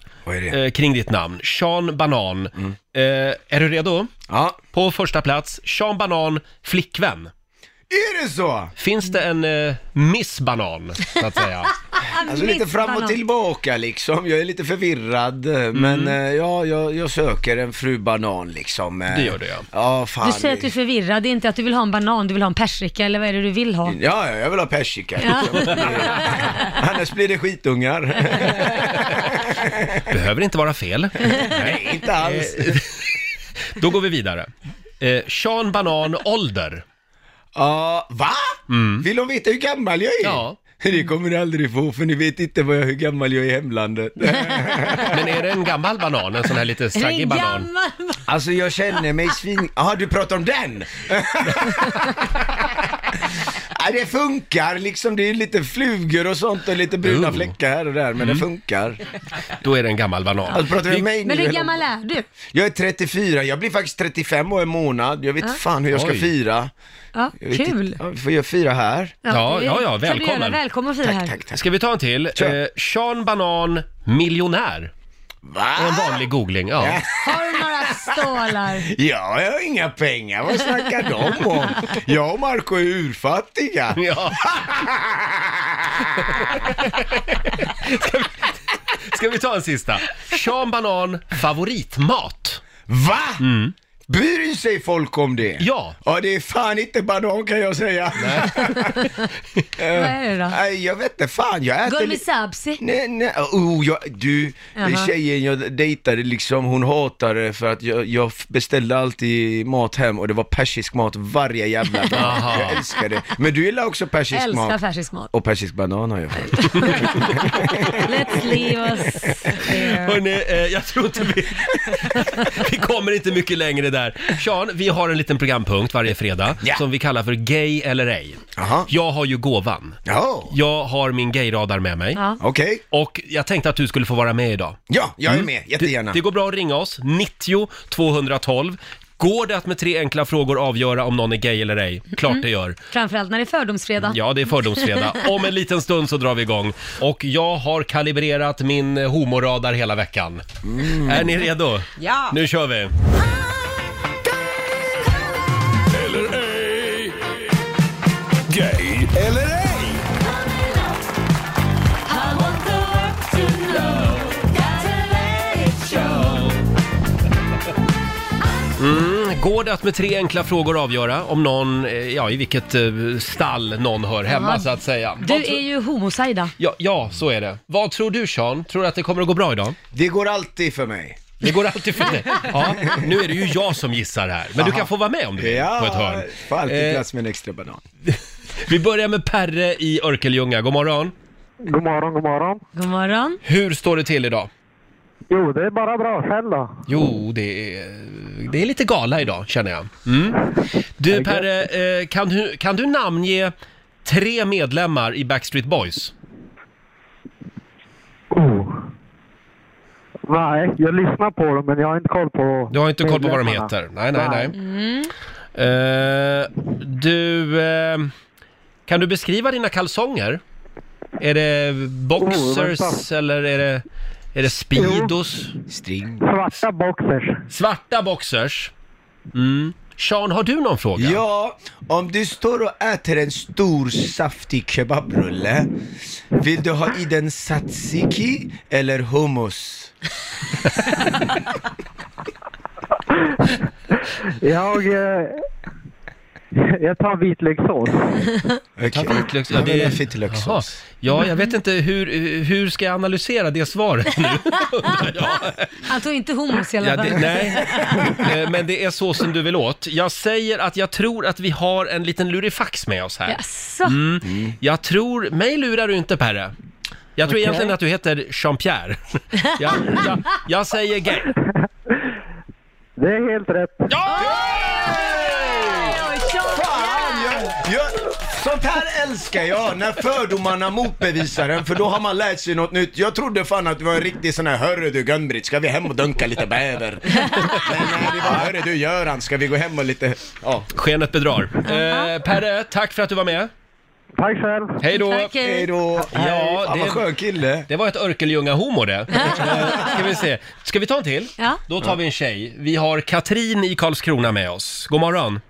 eh, kring ditt namn, Sean Banan. Eh, är du redo?
Mm. Ja.
På första plats, Sean Banan, flickvän.
Är det så?
Finns det en eh, Miss Banan, så att säga?
Alltså lite fram och tillbaka liksom, jag är lite förvirrad. Men eh, ja, jag, jag söker en fru banan liksom. eh.
Det gör du, ja.
Ja, fan.
Du säger att du är förvirrad, det är inte att du vill ha en banan, du vill ha en persika eller vad är det du vill ha?
Ja, ja, jag vill ha persika.
Ja.
Liksom. Annars blir det skitungar.
Behöver inte vara fel.
Nej, inte alls.
Eh, Då går vi vidare. Eh, Sean Banan, ålder.
Ja, va? Vill de veta hur gammal jag är?
Ja.
Det kommer ni aldrig få, för ni vet inte vad jag, hur gammal jag är i hemlandet.
Men är det en gammal banan, en sån här lite saggig banan?
Alltså jag känner mig svin... Jaha, du pratar om den? Ja, det funkar liksom. Det är lite flugor och sånt och lite bruna
Oh.
fläckar här och där, men
Mm.
det funkar.
Då är det en gammal banan.
Alltså, pratar vi om mig
Men
nu,
hur
eller?
gammal är du?
Jag är 34, jag blir faktiskt 35 år en månad. Jag vet
Ja.
fan hur jag ska
Oj.
fira.
Ja,
Jag vet
kul.
inte- Ja, får jag fira här?
Ja, ja, ja,
Kan du göra?
välkommen.
Välkommen och fira här.
Ska vi ta en till? Eh, Sean Banan, miljonär.
Va?
Ah!
En vanlig googling, ja.
Har du några stålar?
Ja, jag har inga pengar. Vad snackar de om? Jag och Marco är urfattiga.
Ja. Ska vi ta en sista? Sean Banan, favoritmat.
Va? Bryr sig folk om det?
Mm. Ja.
Ja, det är fan inte banan kan jag säga. Nej.
Vad är det då?
Nej, jag vet inte fan. Jag äter...
Gummi
li-
Sabsi?
Nej, nej, oh, jag, du,
Jaha.
tjejen jag dejtade liksom, hon hatade för att jag, jag beställde alltid mat hem och det var persisk mat varje jävla dag.
Jaha.
jag älskar det. Men du gillar också persisk
Älskar
mat?
färsisk mat.
Och persisk banan har jag fått.
Let's leave us.
Hörrni, eh, jag tror inte vi... vi kommer inte mycket längre där. Sean, vi har en liten programpunkt varje fredag som vi kallar för Gay eller ej. Jag har ju gåvan. Jag har min gayradar med mig.
Ja.
Okej.
Och jag tänkte att du skulle få vara med idag.
Ja, jag är med. Jättegärna.
Mm. Det, det går bra att ringa oss, 90 212. Går det att med tre enkla frågor avgöra om någon är gay eller ej? Klart
Mm.
det gör.
Framförallt när det är fördomsfredag.
Ja, det är fördomsfredag. Om en liten stund så drar vi igång. Och jag har kalibrerat min eh, homoradar hela veckan. Är ni redo?
Ja.
Nu kör vi!
Eller ej. Gay eller ej.
Mm. Går det att med tre enkla frågor avgöra om någon, eh, ja i vilket eh, stall någon hör hemma
Ja.
så att säga?
Du
Vad tro-
är ju homosaida.
ja, ja, så är det. Vad tror du Sean? Tror du att det kommer att gå bra idag?
Det går alltid för mig.
Det går alltid för dig. Ja, nu är det ju jag som gissar här, men du
Aha.
kan få vara med om du vill
Ja,
på ett hörn.
Får alltid
Eh.
plats med en extra banan.
Vi börjar med Perre i Örkelljunga. God morgon.
God morgon, god morgon.
God morgon.
Hur står det till idag?
Jo, det är bara bra. Själv då?
Jo, det är, det är lite gala idag känner jag. Mm. Du Perre, eh, kan du, kan du namnge tre medlemmar i Backstreet Boys?
Oh. Nej, jag lyssnar på dem, men jag har inte koll på...
Du har inte koll på vad de
medlemmarna.
heter? Nej, nej, nej. Eh, du, eh, kan du beskriva dina kalsonger? Är det boxers
Oh, vänta.
eller är det, är det Speedos?
String.
Svarta boxers.
Svarta boxers? Mm. Sean, har du någon fråga?
Ja, om du står och äter en stor saftig kebabrulle, vill du ha i den tzatziki eller hummus?
Jag... Eh, jag tar vitlökssås.
Okej.
Vitlöks-
Ja, det är
det-
vitlökssås.
Jaha. Ja, jag vet inte hur, hur ska jag analysera det svaret nu?
Han tog Alltså inte homos i alla
Ja,
fall.
det, nej, Eh, men det är så som du vill åt. Jag säger att jag tror att vi har en liten lurifax med oss här.
Jaså?
Mm. Jag tror, mig lurar du inte Perre. Jag tror
Okej.
egentligen att du heter Jean-Pierre. jag, jag, jag säger gay.
Det är helt rätt.
Fan, jag, jag, sånt här älskar jag, när fördomarna motbevisar en, för då har man lärt sig något nytt. Jag trodde fan att det var en riktig sån här, hörru du Gun-Britt, ska vi hem och dunka lite bäver? Men nej, det var, hörru du Göran, ska vi gå hem och lite, ja.
Skenet bedrar. Eh, Perre, tack för att du var med.
Tack själv.
Hej då!
Tack, hej. Hej
då!
Ja,
Fan, vad skön kille!
Det var ett Örkelljunga-homo det. Eh, Ska vi se. Ska vi ta en till?
Ja.
Då tar vi en tjej. Vi har Katrin i Karlskrona med oss. God morgon.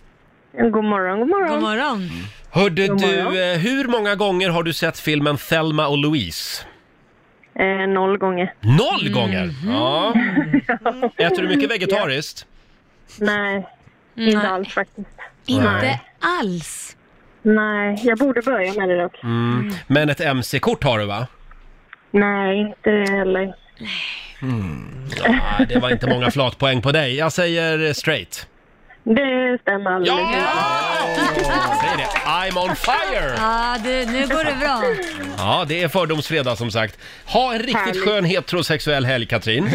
God morgon, god morgon.
God morgon.
Hörde
God
du,
morgon.
eh, hur många gånger har du sett filmen Thelma och Louise?
Eh, noll gånger.
Noll gånger! Ja. Äter du mycket vegetariskt?
Nej,
Mm.
inte alls faktiskt.
Inte
alls?
Nej, jag borde börja med det dock.
Mm. Men ett MC-kort har du va?
Nej, inte det heller.
Mm. Ja, det var inte många flatpoäng på dig. Jag säger eh, straight.
Det stämmer alldeles
Säg det. I'm on fire!
Ja, du, nu går det bra.
Ja, det är fördomsfredag som sagt. Ha en riktigt
Härligt.
skön heterosexuell helg, Katrin.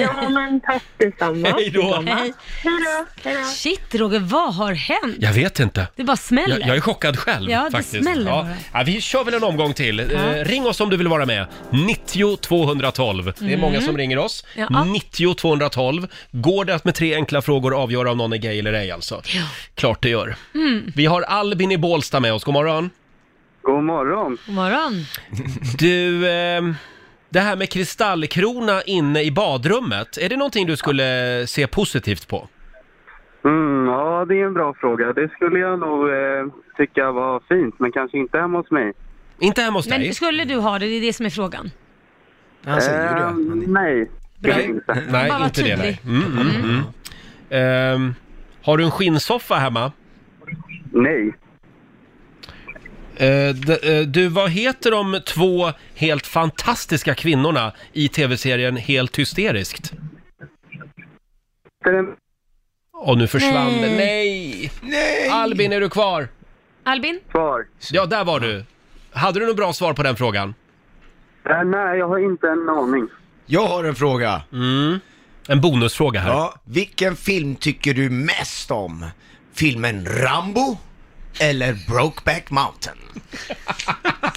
Ja, men tack detsamma.
Hej då.
Hej.
Hej då.
Shit Roger, vad har hänt?
Jag vet inte.
Det bara smäller.
Jag, jag är chockad själv
Ja, det
faktiskt.
smäller
ja.
bara.
Ja, vi kör väl en omgång till. Eh,
Ja.
ring oss om du vill vara med. 90 212. Det är
Mm.
många som ringer oss.
Ja.
90 212. Går det att med tre enkla frågor avgöra om någon är gay eller ej alltså? Klart det gör.
Mm.
Vi har Albin i Bålsta med oss. God morgon.
God morgon.
God morgon.
Du, ehm, det här med kristallkrona inne i badrummet. Är det någonting du skulle se positivt på?
Mm, ja, det är en bra fråga. Det skulle jag nog eh, tycka var fint, men kanske inte hemma hos mig.
Inte hemma hos
Men skulle du ha det? Det är det som är frågan.
Han säger det.
Eh, Nej.
Bra. Nej,
Bara var
inte det. Nej.
tydlig.
Mm, mm, mm. Ehm, har du en skinnsoffa hemma?
Nej.
Eh, du, vad heter de två helt fantastiska kvinnorna i tv-serien Helt hysteriskt? Och nu försvann
Nej.
den. Nej. Nej! Albin, är du kvar?
Albin?
Svar.
Ja, där var du. Hade du något bra svar på den frågan?
Eh, nej, jag har inte en aning.
Jag har en fråga.
En bonusfråga här.
Ja, vilken film tycker du mest om? Filmen Rambo eller Brokeback Mountain?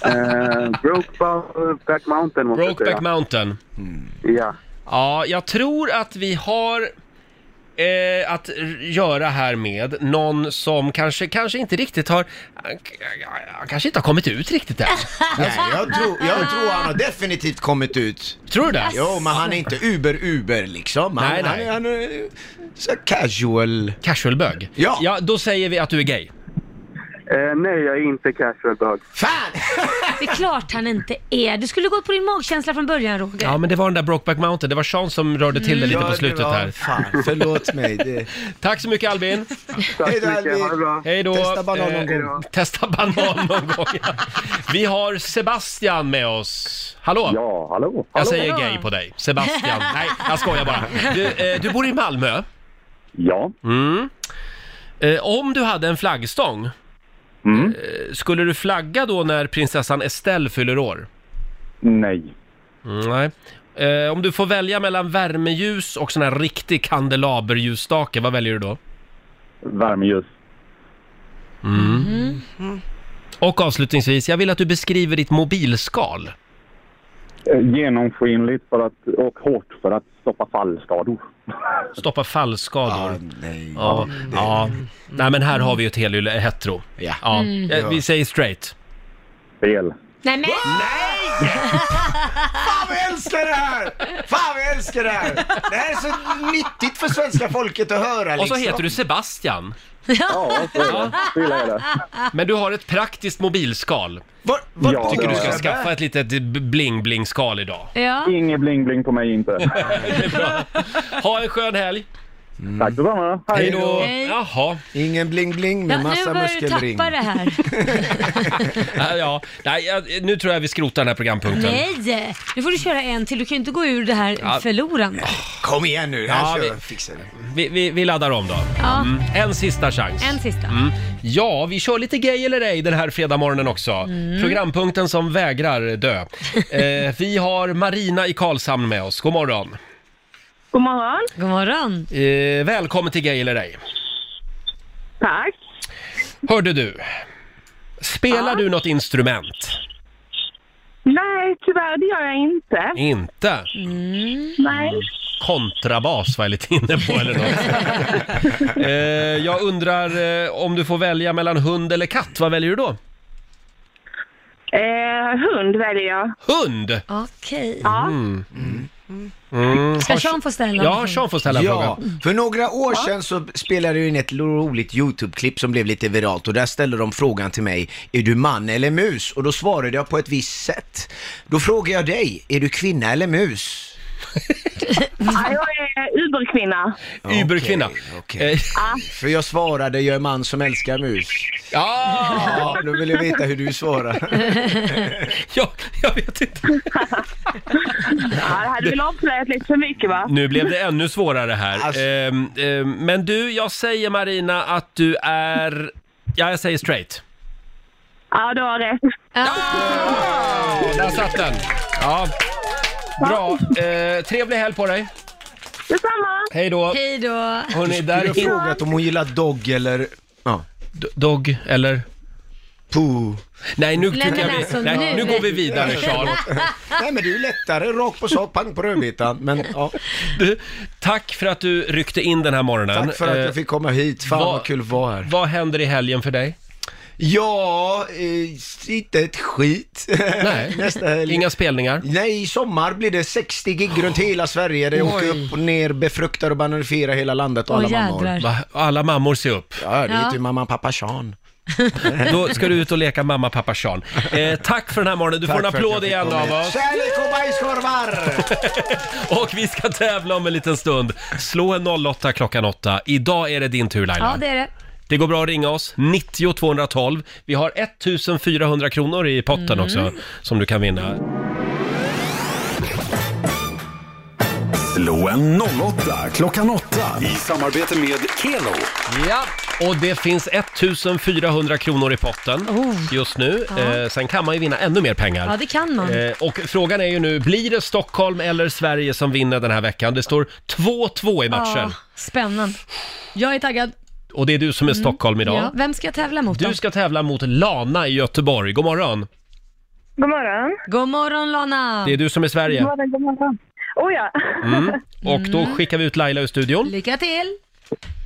Eh, Brokeback Mountain måste jag säga.
Brokeback Mountain.
Ja.
Ja, jag tror att vi har eh, att r- göra här med någon som kanske, kanske inte riktigt har... Han kanske inte har kommit ut riktigt än.
Nej, jag tror, jag tror han har definitivt kommit ut.
Tror du det?
Jo, men han är inte uber-uber liksom. Han,
Nej, nej.
Han, är- han är så här casual.
Casual bög?
Ja.
ja. Då säger vi att du är gay.
Eh, nej, jag är inte casual bug.
Det är klart han inte är. Du skulle gått på din magkänsla från början Roger.
Ja, men det var den där Brokeback Mountain. Det var Sean som rörde till det
Mm.
lite
Ja,
på
det
slutet
var-
här.
fan, förlåt mig. Det-
Tack så mycket Albin.
Hej då, Albin. Ha det bra.
Hej då.
Testa banan någon
Eh,
gång.
Testa banan någon gång. ja. Vi har Sebastian med oss. Hallå?
Ja, hallå.
Jag
Hallå.
säger
Hallå.
gay på dig. Sebastian. Nej, jag skojar bara. Du, eh, du bor i Malmö?
Ja.
Mm. Eh, om du hade en flaggstång, eh, skulle du flagga då när prinsessan Estelle fyller år?
Nej.
Mm, nej. Eh, om du får välja mellan värmeljus och sån här riktig kandelaberljusstake, vad väljer du då?
Värmeljus.
Mm. Och avslutningsvis, jag vill att du beskriver ditt mobilskal.
Eh, Genomskinligt för att, och hårt för att stoppa fallskador.
Stoppa fallskador. nej. Ja, ja. Nej, men här har vi ju ett helylle hetero. Ja.
Mm.
Eh, Vi säger straight.
Fel.
Nej men!
Fan vad jag älskar det här! Fan vad jag älskar det här! Det här är så nyttigt för svenska folket att höra
Och så
liksom.
heter du Sebastian.
Ja, så är det. Så illa är det.
Men du har ett praktiskt mobilskal.
Var,
var Ja,
tycker
det
du
har
ska
jag.
skaffa ett litet bling-bling-skal idag?
Inget bling-bling på mig inte.
Mm. Ha en skön helg!
Tack detsamma.
Hej då!
Hej.
Jaha.
Ingen bling-bling
Ja, nu börjar du tappa det här.
Ja, ja. Nej, jag- nu tror jag vi skrotar den här programpunkten.
Nej! Nu får du köra en till. Du kan ju inte gå ur det här
Ja. Mm.
förlorande.
Kom igen nu,
Ja,
här kör
vi-
vi. Fixar det.
Vi, vi, vi laddar om då.
Ja.
Mm. En sista chans.
En sista.
Mm. Ja, vi kör lite gay eller ej den här fredagmorgonen också.
Mm.
Programpunkten som vägrar dö. Eh, vi har Marina i Karlshamn med oss. God morgon.
God morgon.
God morgon.
Eh, välkommen till gay eller ej.
Tack.
Hörde du, spelar du något instrument?
Nej, tyvärr det gör jag inte.
Inte?
Nej.
Kontrabas var jag lite inne på eller något. eh, jag undrar eh, om du får välja mellan hund eller katt, vad väljer du då?
Eh, hund väljer jag.
Hund!
Okej.
Mm. Mm.
Ska
Har-
Sean få ställa
Ja,
någonting?
Sean får ställa
ja,
frågan.
För några år sedan så spelade jag in ett roligt YouTube-klipp som blev lite viralt och där ställde de frågan till mig, är du man eller mus? Och då svarade jag på ett visst sätt. Då frågar jag dig, är du kvinna eller mus?
Ja, jag är Uberkvinna.
Uberkvinna.
För jag svarade, jag är man som älskar mus.
Ja!
Då vill jag veta hur du svarar.
ja,
Ja, det hade väl avslöjat lite för mycket va?
Nu blev det ännu svårare här. Ehm, ehm, men du, jag säger Marina att du är... Ja, jag säger straight.
Ja, du har rätt.
Där satt den. Ja. Bra. Eh, trevlig helg på dig.
Detsamma.
Hej då.
Hej då.
Hörrni, där
jag
är-
frågat om hon gillar dog eller... Ja.
Dog eller?
Poo.
Nej, nu
Nej, men
tycker jag vi...
alltså,
nej,
nu-
nu går vi vidare, Charles.
Nej, men det är ju lättare. Rakt på sak, pang på rödbetan. Men ja.
Du, tack för att du ryckte in den här morgonen.
Tack för att jag
Eh,
fick komma hit. Fan
vad-
vad kul att vara här.
Vad händer i helgen för dig?
Ja, eh, inte ett skit.
Nej. Inga spelningar?
Nej, i sommar blir det 60 gig runt hela Sverige. Det åker upp och ner, befruktar och bananiferar hela landet och alla
Åh, jädrar.
mammor.
Va? Alla mammor ser upp.
Ja, det
Ja.
heter ju mamma och pappa Sean.
Då ska du ut och leka mamma, pappa, Sean. Eh, tack för den här morgonen. Du
Tack
får en
för att jag
applåd
fick
igen
komma
av
hit.
oss.
Kärlek och bajskorvar!
Och vi ska tävla om en liten stund. Slå en 08 klockan 8. Idag är det din tur Laila.
Ja, det är det.
Det går bra att ringa oss, 90 212. Vi har 1400 kronor i potten
Mm.
också som du kan vinna.
Slå en 08 klockan 8 i samarbete med Keno.
Ja, och det finns 1400 kronor i potten just nu.
Ja.
Eh, sen kan man ju vinna ännu mer pengar.
Ja, det kan man.
Eh, och frågan är ju nu, blir det Stockholm eller Sverige som vinner den här veckan? Det står 2-2 i matchen.
Ja, spännande. Jag är taggad.
Och det är du som är Stockholm idag.
Ja, vem ska jag tävla mot då?
Du ska tävla mot Lana i Göteborg. God morgon.
God morgon. God morgon Lana.
Det är du som är Sverige.
morgon, god morgon.
Oh ja.
Mm. Och då skickar vi ut Laila ur studion.
Lycka till!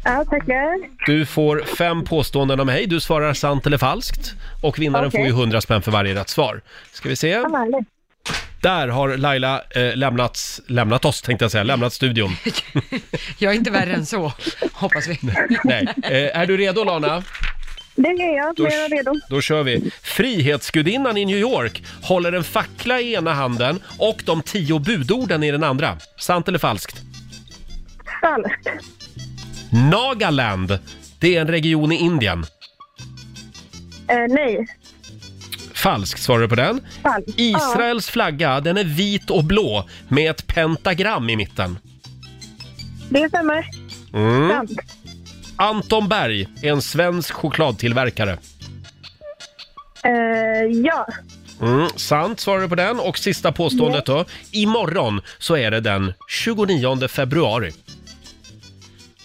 Ja, tackar.
Du får fem påståenden om mig. Du svarar sant eller falskt. Och vinnaren
Okej.
får ju 100 spänn för varje rätt svar. Ska vi se.
härligt.
Där har Laila eh, lämnats, lämnat oss tänkte jag säga, lämnat studion.
Jag är inte värre än så, hoppas vi.
Nej. Eh, är du redo Lana?
Det är jag.
Då-
Då... Jag är redo.
Då kör vi. Frihetsgudinnan i New York håller en fackla i ena handen och de tio budorden i den andra. Sant eller falskt?
Falskt.
Nagaland, det är en region i Indien.
Eh, nej.
Falskt svarar du på den.
Falskt.
Israels flagga, den är vit och blå med ett pentagram i mitten.
Ja, det stämmer.
Mm.
Sant.
Anton Berg är en svensk chokladtillverkare.
Eh, ja.
Mm, sant svarar du på den. Och sista påståendet då. Imorgon så är det den 29 februari.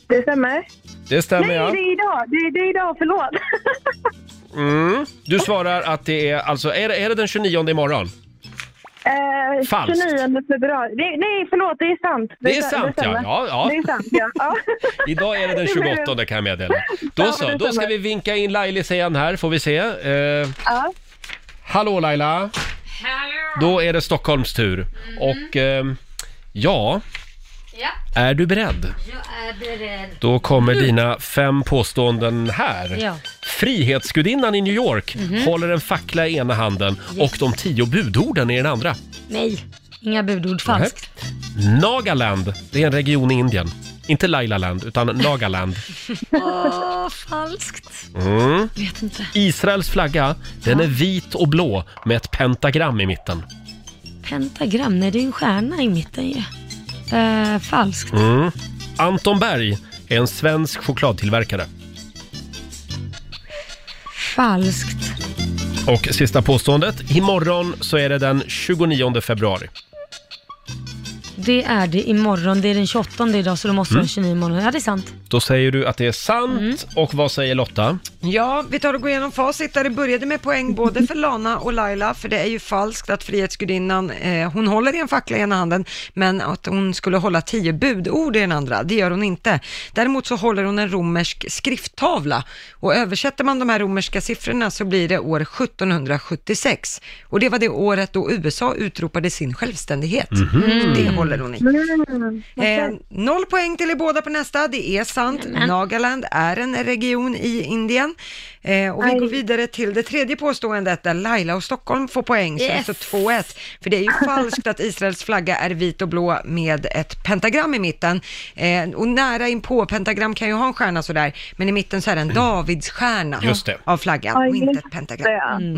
Det stämmer.
Det stämmer
nej,
ja.
det är idag. Det är, det är idag. Förlåt.
Mm. Du svarar att det är, alltså är det, är det den 29 imorgon?
Eh,
Falskt.
29 februari. Det, nej, förlåt. Det är sant.
Det är sant, ja.
stämmer.
Ja, ja.
Det är sant, ja. ja.
Idag är det den
Det blev-
28 kan jag meddela. Då
Ja,
så,
det
då ska
stämmer.
vi vinka in Lailis igen här får vi se. Eh,
ja.
hallå Laila! Då är det Stockholms tur. Och ehm, ja,
Ja,
är du beredd?
jag är beredd.
Då kommer dina fem påståenden här.
Ja.
Frihetsgudinnan i New York
Mhm.
håller en fackla i ena handen
Yes.
och de tio budorden i den andra.
Nej, inga budord. Falskt.
Nagaland, det är en region i Indien. Inte Lailaland, utan Nagaland.
Åh, falskt.
Mm.
Vet inte.
Israels flagga, den är vit och blå med ett pentagram i mitten.
Pentagram, nej det är ju en stjärna i mitten ju. Eh, falskt.
Mm. Anton Berg är en svensk chokladtillverkare.
Falskt.
Och sista påståendet. Imorgon så är det den 29 februari.
Det är det imorgon. Det är den 28 idag så det måste
Mm.
vara 29 imorgon. Ja, det är sant.
Då säger du att det är sant.
Mm.
Och vad säger Lotta?
Ja, vi tar och går igenom facit där det började med poäng både för Lana och Laila, för det är ju falskt att Frihetsgudinnan, eh, hon håller i en fackla i ena handen, men att hon skulle hålla tio budord i den andra, det gör hon inte. Däremot så håller hon en romersk skrifttavla och översätter man de här romerska siffrorna så blir det år 1776 och det var det året då USA utropade sin självständighet.
Mhm.
Så Det håller håller hon i. Eh, noll poäng till er båda på nästa, det är sant. Nagaland är en region i Indien. Eh, och vi
Aj.
går vidare till det tredje påståendet där Laila och Stockholm får poäng, så
Yes.
det står 2-1. För det är ju falskt att Israels flagga är vit och blå med ett pentagram i mitten. Eh, och nära inpå, pentagram kan ju ha en stjärna sådär, men i mitten så är det en Davidsstjärna
Just det.
av flaggan
Ja,
och inte ett
just
pentagram.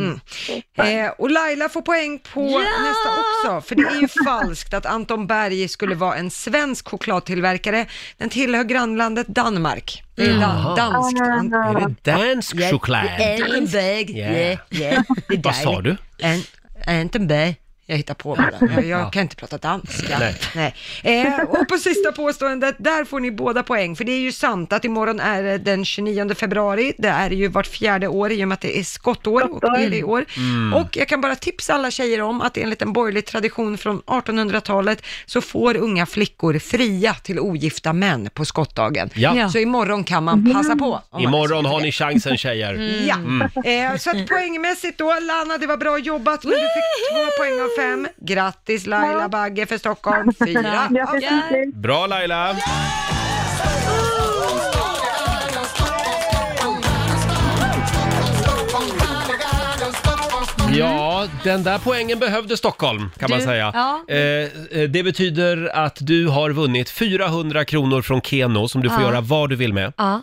det.
Mm. Eh, och Laila får poäng på nästa också, för det är ju falskt att Anton Berg skulle vara en svensk chokladtillverkare. Den tillhör grannlandet Danmark. Det är
Mm. Jaha.
dan- danskt.
Är det dansk
Ja,
choklad?
det är Antenberg.
Yeah.
Yeah, yeah. Det är
Vad
där.
sa du?
An- Antenberg. Jag hittar på bara. Jag, jag
Ja.
kan inte prata danska.
Nej.
Nej. Eh, och på sista påståendet, där får ni båda poäng, för det är ju sant att imorgon är det den 29 februari, det är ju vart fjärde år i och med att det är skottår och det är det i år.
Mm.
Och jag kan bara tipsa alla tjejer om att enligt en borgerlig tradition från 1800-talet så får unga flickor fria till ogifta män på skottdagen.
Ja. Ja.
Så imorgon kan man passa på. om man-
Imorgon har ni chansen tjejer.
Ja,
Mm.
eh, så att poängmässigt då, Lana, det var bra jobbat, men du fick två poäng av fem. Grattis Laila Bagge för Stockholm, fyra
Ja,
av fem.
Bra Laila! Ja, den där poängen behövde Stockholm kan man
Du,
säga.
ja.
Eh, eh, det betyder att du har vunnit 400 kronor från Keno som du får
Ja.
göra vad du vill med.
Ja.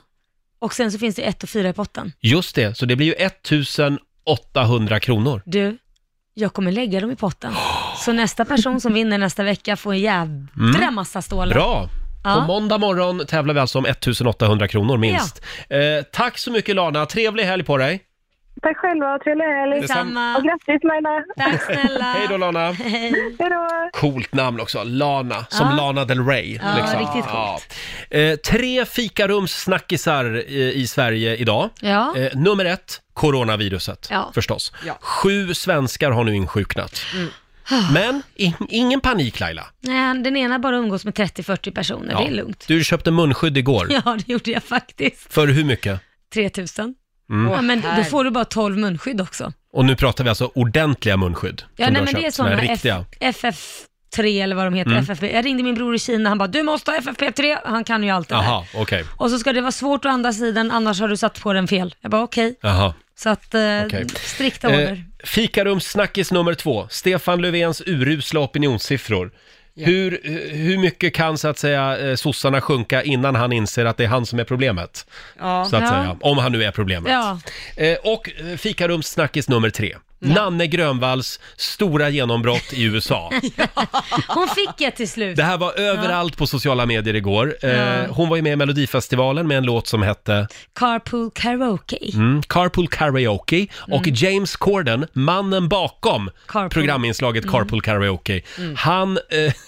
Och sen så finns det ett och fyra i potten.
Just det, så det blir ju 1800 kronor.
Du, jag kommer lägga dem i potten. Så nästa person som vinner nästa vecka får en jädra
Mm.
massa stålar.
Bra! På
Ja.
måndag morgon tävlar vi alltså om 1800 kronor minst. Eh, tack så mycket Lana, trevlig helg på dig!
Tack själva, trevlig helg.
Detsamma.
Och grattis Laila.
Tack snälla.
Hej då Lana!
Hej då.
Coolt namn också, Lana, som
Ja.
Lana Del Rey. liksom.
Ja, riktigt coolt.
Ja. Eh, tre fikarumssnackisar eh, i Sverige idag.
Ja.
Eh, nummer ett, coronaviruset
Ja.
förstås.
Ja. Mm.
Sju svenskar har nu insjuknat. Men in, ingen panik Laila.
Nej, den ena bara umgås med 30-40 personer, det är lugnt.
Du köpte munskydd igår.
Ja, det gjorde jag faktiskt.
För hur mycket?
3000.
Mm.
Ja, men då
Åh,
får du bara 12 munskydd också.
Och nu pratar vi alltså ordentliga munskydd.
Ja,
som du
nej,
har
men det är
köpt, såna här
sådana
riktiga.
F- FF3 eller vad de heter.
Mm.
FFP. Jag ringde min bror i Kina, han bara du måste ha FFP3, han kan ju allt det där.
Jaha, okej.
Och så ska det vara svårt å andra sidan, annars har du satt på den fel. Jag bara okej.
Jaha.
Så att eh,
Okej.
strikta
Eh,
order.
Fikarumssnackis nummer två, Stefan Löfvens urusla opinionssiffror. Hur, eh, hur mycket kan så att säga eh, sossarna sjunka innan han inser att det är han som är problemet?
Ja.
Så att
Ja.
säga, om han nu är problemet.
Ja.
Eh, och eh, fikarumssnackis nummer tre, Nanne Grönvalls stora genombrott i USA.
Hon fick det till slut.
Det här var överallt på sociala medier igår. Eh,
Ja.
Hon var ju med i Melodifestivalen med en låt som hette
Carpool karaoke.
Mm, Carpool Karaoke och James Corden, mannen bakom
Mm. Carpool.
programinslaget
Mm.
Carpool Karaoke.
Mm.
Han, eh,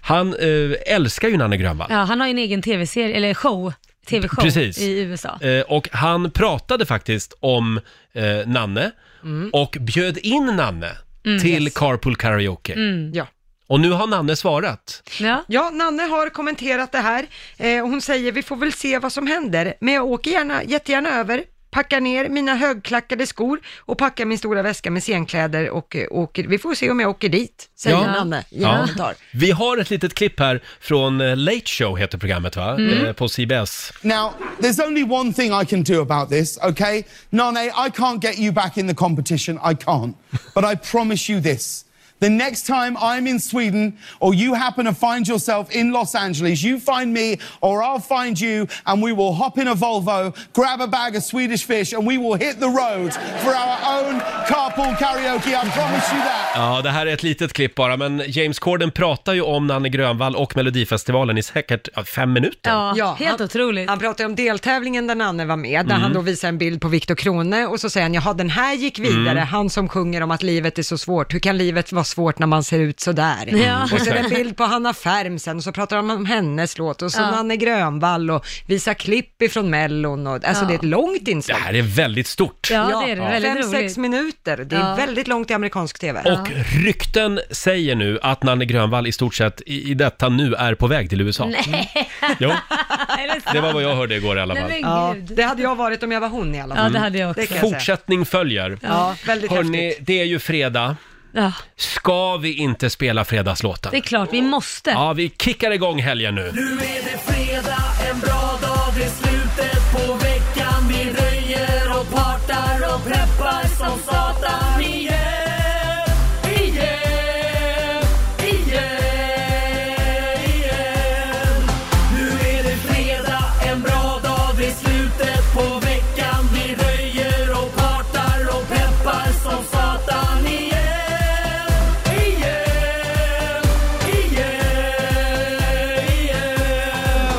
han eh, älskar ju Nanne Grönvall.
Ja, han har ju en egen tv-serie, eller show, tv-show
Precis.
i USA.
Eh, och han pratade faktiskt om eh, Nanne
Mm.
och bjöd in Nanne
Mm,
till
yes.
Carpool Karaoke.
Mm.
Ja.
Och nu har Nanne svarat.
Ja.
Nanne har kommenterat det här. Eh, hon säger, vi får väl se vad som händer, men jag åker gärna, jättegärna över, packar ner mina högklackade skor och packar min stora väska med scenkläder och eh, åker. Vi får se om jag åker dit, säger Nanne i en kommentar.
Vi har ett litet klipp här från eh, Late Show heter programmet va?
Mm.
Eh, på CBS.
Now, there's only one thing I can do about this, okay? Nane, I can't get you back in the competition. I can't. But I promise you this. The next time I'm in Sweden or you happen to find yourself in Los Angeles, you find me or I'll find you and we will hop in a Volvo, grab a bag of Swedish fish and we will hit the road for our own carpool karaoke. I promise you that.
Ja, det här är ett litet klipp bara, men James Corden pratar ju om Nanne Grönvall och Melodifestivalen i säkert ja, fem minuter.
helt
han,
otroligt.
Han pratar ju om deltävlingen där Nanne var med, där
Mm.
han då visar en bild på Viktor Krone och så säger han, jaha den här gick vidare,
Mm.
han som sjunger om att livet är så svårt, hur kan livet vara svårt när man ser ut sådär?
Ja.
Och så är det en
exakt.
bild på Hanna Färm sen och så pratar han om hennes låt och så
Ja.
Nanne Grönvall och visar klipp ifrån Mellon och, alltså
Ja.
det är ett långt
Det
inslag.
här är väldigt stort.
Fem, sex minuter, det är
Ja.
väldigt långt i amerikansk tv.
Och rykten säger nu att Nanne Grönvall i stort sett i, i detta nu är på väg till USA.
Nej.
Mm. Jo,
Är det
det
sant?
var vad jag hörde igår i alla fall.
Nej, men
Ja,
gud.
det hade jag varit om jag var hon i alla fall.
Mm.
Det kan jag säga.
Fortsättning följer.
Ja, väldigt
Hörni, det är ju fredag.
Ja,
Ska vi inte spela fredagslåten?
Det är klart, vi måste.
Ja, vi kickar igång helgen nu.
Nu är det fredag, en bra dag, det är slutet på veckan. Vi röjer och partar och preppar som satan igen. Igen, igen, igen. Nu är det fredag, en bra dag, det är slutet på veckan. Vi röjer och partar och peppar som satan igen. Igen, igen, igen.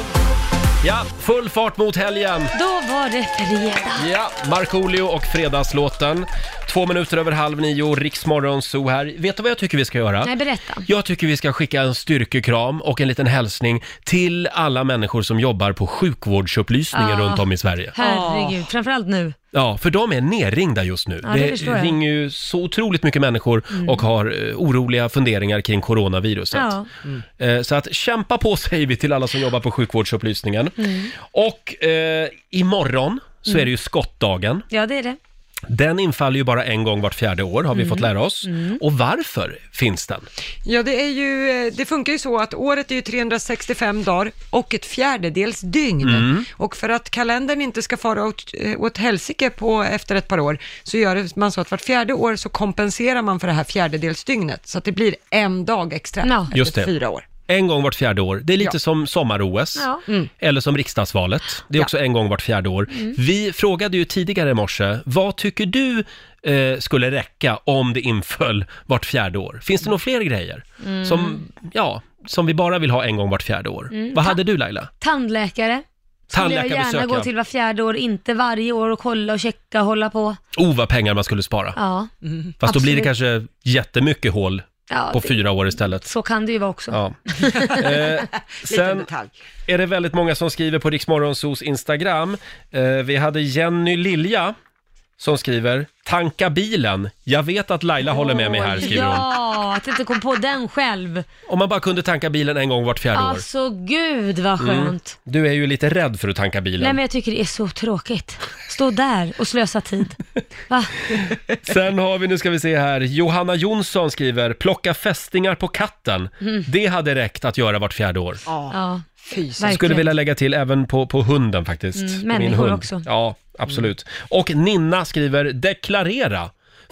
Ja, full fart mot helgen!
Då var det fredag.
Ja, Markoolio och Fredagslåten. Två minuter över halv nio, Riksmorgon Zoo här. Vet du vad jag tycker vi ska göra?
nej berätta.
Jag tycker vi ska skicka en styrkekram och en liten hälsning till alla människor som jobbar på sjukvårdsupplysningen
Ja.
runt om i Sverige.
Herregud, framförallt nu.
Ja, för de är nerringda just nu.
Ja, det förstår jag.
ringer ju så otroligt mycket människor
Mm.
och har eh, oroliga funderingar kring coronaviruset.
Ja.
Eh, Så att kämpa på säger vi till alla som jobbar på sjukvårdsupplysningen.
Mm.
Och eh, imorgon så
Mm.
är det ju skottdagen.
Ja, det är det.
Den infaller ju bara en gång vart fjärde år har vi
Mm.
fått lära oss.
Mm.
Och varför finns den?
Ja, det, är ju, eh, det funkar ju så att året är ju 365 dagar och ett fjärdedels dygn.
Mm.
Och för att kalendern inte ska fara åt, eh, åt helsike på, efter ett par år så gör det- man så att vart fjärde år så kompenserar man för det här fjärdedelsdygnet. Så att det blir en dag extra efter
Just det.
fyra år.
En gång vart fjärde år. Det är lite
Ja.
som sommar-OS.
Ja. Mm.
Eller som riksdagsvalet. Det är
Ja.
också en gång vart fjärde år.
Mm.
Vi frågade ju tidigare i morse, vad tycker du eh, skulle räcka om det inföll vart fjärde år? Finns det några fler grejer
Mm.
som, ja, som vi bara vill ha en gång vart fjärde år?
Mm.
Vad hade du Laila?
Tandläkare. Skulle jag
Tandläkarbesök,
gärna gå
ja.
till var fjärde år, inte varje år och kolla och checka och hålla på.
Oh, vad pengar man skulle spara.
Ja,
Fast då blir det
absolut.
kanske jättemycket hål
Ja,
Mm. på
det-
fyra år istället.
Så kan det ju vara också.
Ja. Eh, sen
detalj.
är det väldigt många som skriver på Riksmorgonsos Instagram. Eh, vi hade Jenny Lilja som skriver “Tanka bilen, jag vet att Laila håller med mig här” skriver hon.
Ja, att jag inte kom på den själv.
Om man bara kunde tanka bilen en gång vart fjärde år.
Alltså gud vad
Mm.
skönt.
Du är ju lite rädd för att tanka
Nej
bilen.
men jag tycker det är så tråkigt. Stå där och slösa tid. Va?
Sen har vi, nu ska vi se här, Johanna Jonsson skriver “Plocka fästingar på katten,
Mm.
det hade räckt att göra vart fjärde år”.
Ja.
Jag skulle vilja lägga till även på, på hunden faktiskt.
Mm,
På
människor också.
Ja, absolut. Och Ninna skriver “deklarera”.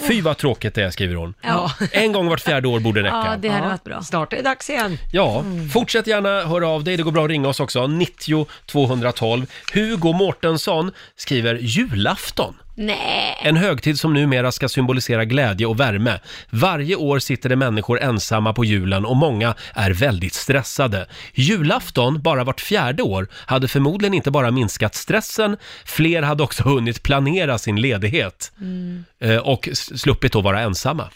Fy vad tråkigt det är, skriver hon.
Ja.
En gång vart fjärde år borde räcka.
Ja, det Mm. hade varit bra.
Snart är det dags igen.
Ja, fortsätt gärna höra av dig. Det går bra att ringa oss också. 90 212. Hugo Mårtensson skriver julafton.
Nej.
En högtid som numera ska symbolisera glädje och värme. Varje år sitter det människor ensamma på julen och många är väldigt stressade. Julafton, bara vart fjärde år, hade förmodligen inte bara minskat stressen, fler hade också hunnit planera sin ledighet
Mm.
eh, och s- sluppit att vara ensamma.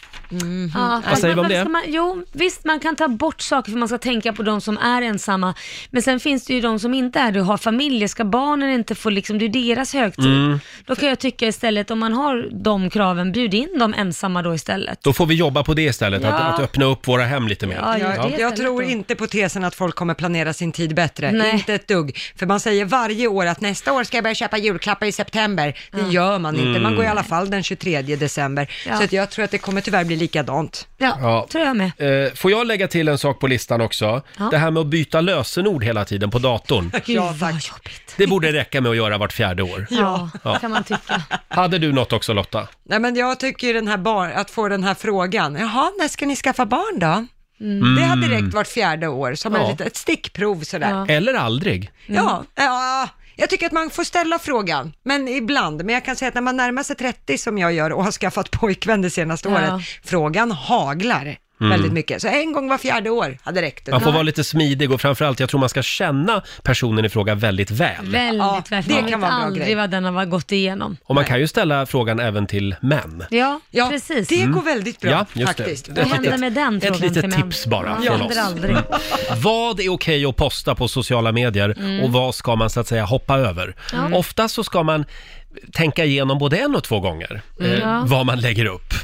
Ja,
Vad säger vi om
varför
Mm. det?
ska Man, jo, visst man kan ta bort saker för man ska tänka på de som är ensamma. Men sen finns det ju de som inte är det och har familjer. Ska barnen inte få liksom, det är ju deras högtid.
Mm.
Då kan jag tycka istället, om man har de kraven, bjud in de ensamma då istället.
Då får vi jobba på det istället,
Ja.
att, att öppna upp våra hem lite mer.
jag, jag tror inte på tesen att folk kommer planera sin tid bättre.
Nej.
Inte ett dugg. För man säger varje år att nästa år ska jag börja köpa julklappar i september. Det gör man inte. Man
Mm.
går i alla fall den 23 december.
Ja.
Så att jag tror att det kommer tyvärr bli likadant.
Ja,
Ja.
tror jag med.
Eh, Får jag lägga till en sak på listan också?
Ja.
Det här med att byta lösenord hela tiden på datorn.
Ja,
tack.
Det borde räcka med att göra vart fjärde år.
Ja,
Ja.
kan man
Mm.
tycka.
Hade du något också Lotta?
Nej, men jag tycker ju den här bar- att få den här frågan. Jaha, när ska ni skaffa barn då?
Mm.
Det hade räckt vart fjärde år, som
Ja.
en lite, ett stickprov sådär.
Eller aldrig.
Mm.
Ja, ja, jag tycker att man får ställa frågan, men ibland. Men jag kan säga att när man närmar sig 30 som jag gör och har skaffat pojkvän det senaste
Ja.
året, frågan haglar
Mm.
väldigt mycket. Så en gång var fjärde år hade räckt.
Man får vara lite smidig och framförallt, jag tror man ska känna personen i fråga väldigt väl.
Väldigt,
Ja,
väldigt.
det
Man vet
kan vara en bra
aldrig
grej.
vad den har gått igenom.
Och man kan ju ställa frågan även till män.
Ja, precis.
Det
Mm.
går väldigt bra
Ja, just det.
faktiskt.
Ett
Vad händer
litet-
med den
ett
frågan
litet
till män?
tips bara
ja.
från oss.
händer aldrig.
Mm.
Vad är okej att posta på sociala medier
Mm.
och vad ska man så att säga hoppa över? Mm.
Ja.
Ofta så ska man tänka igenom både en och två gånger
Mm.
eh,
Ja.
vad man lägger upp.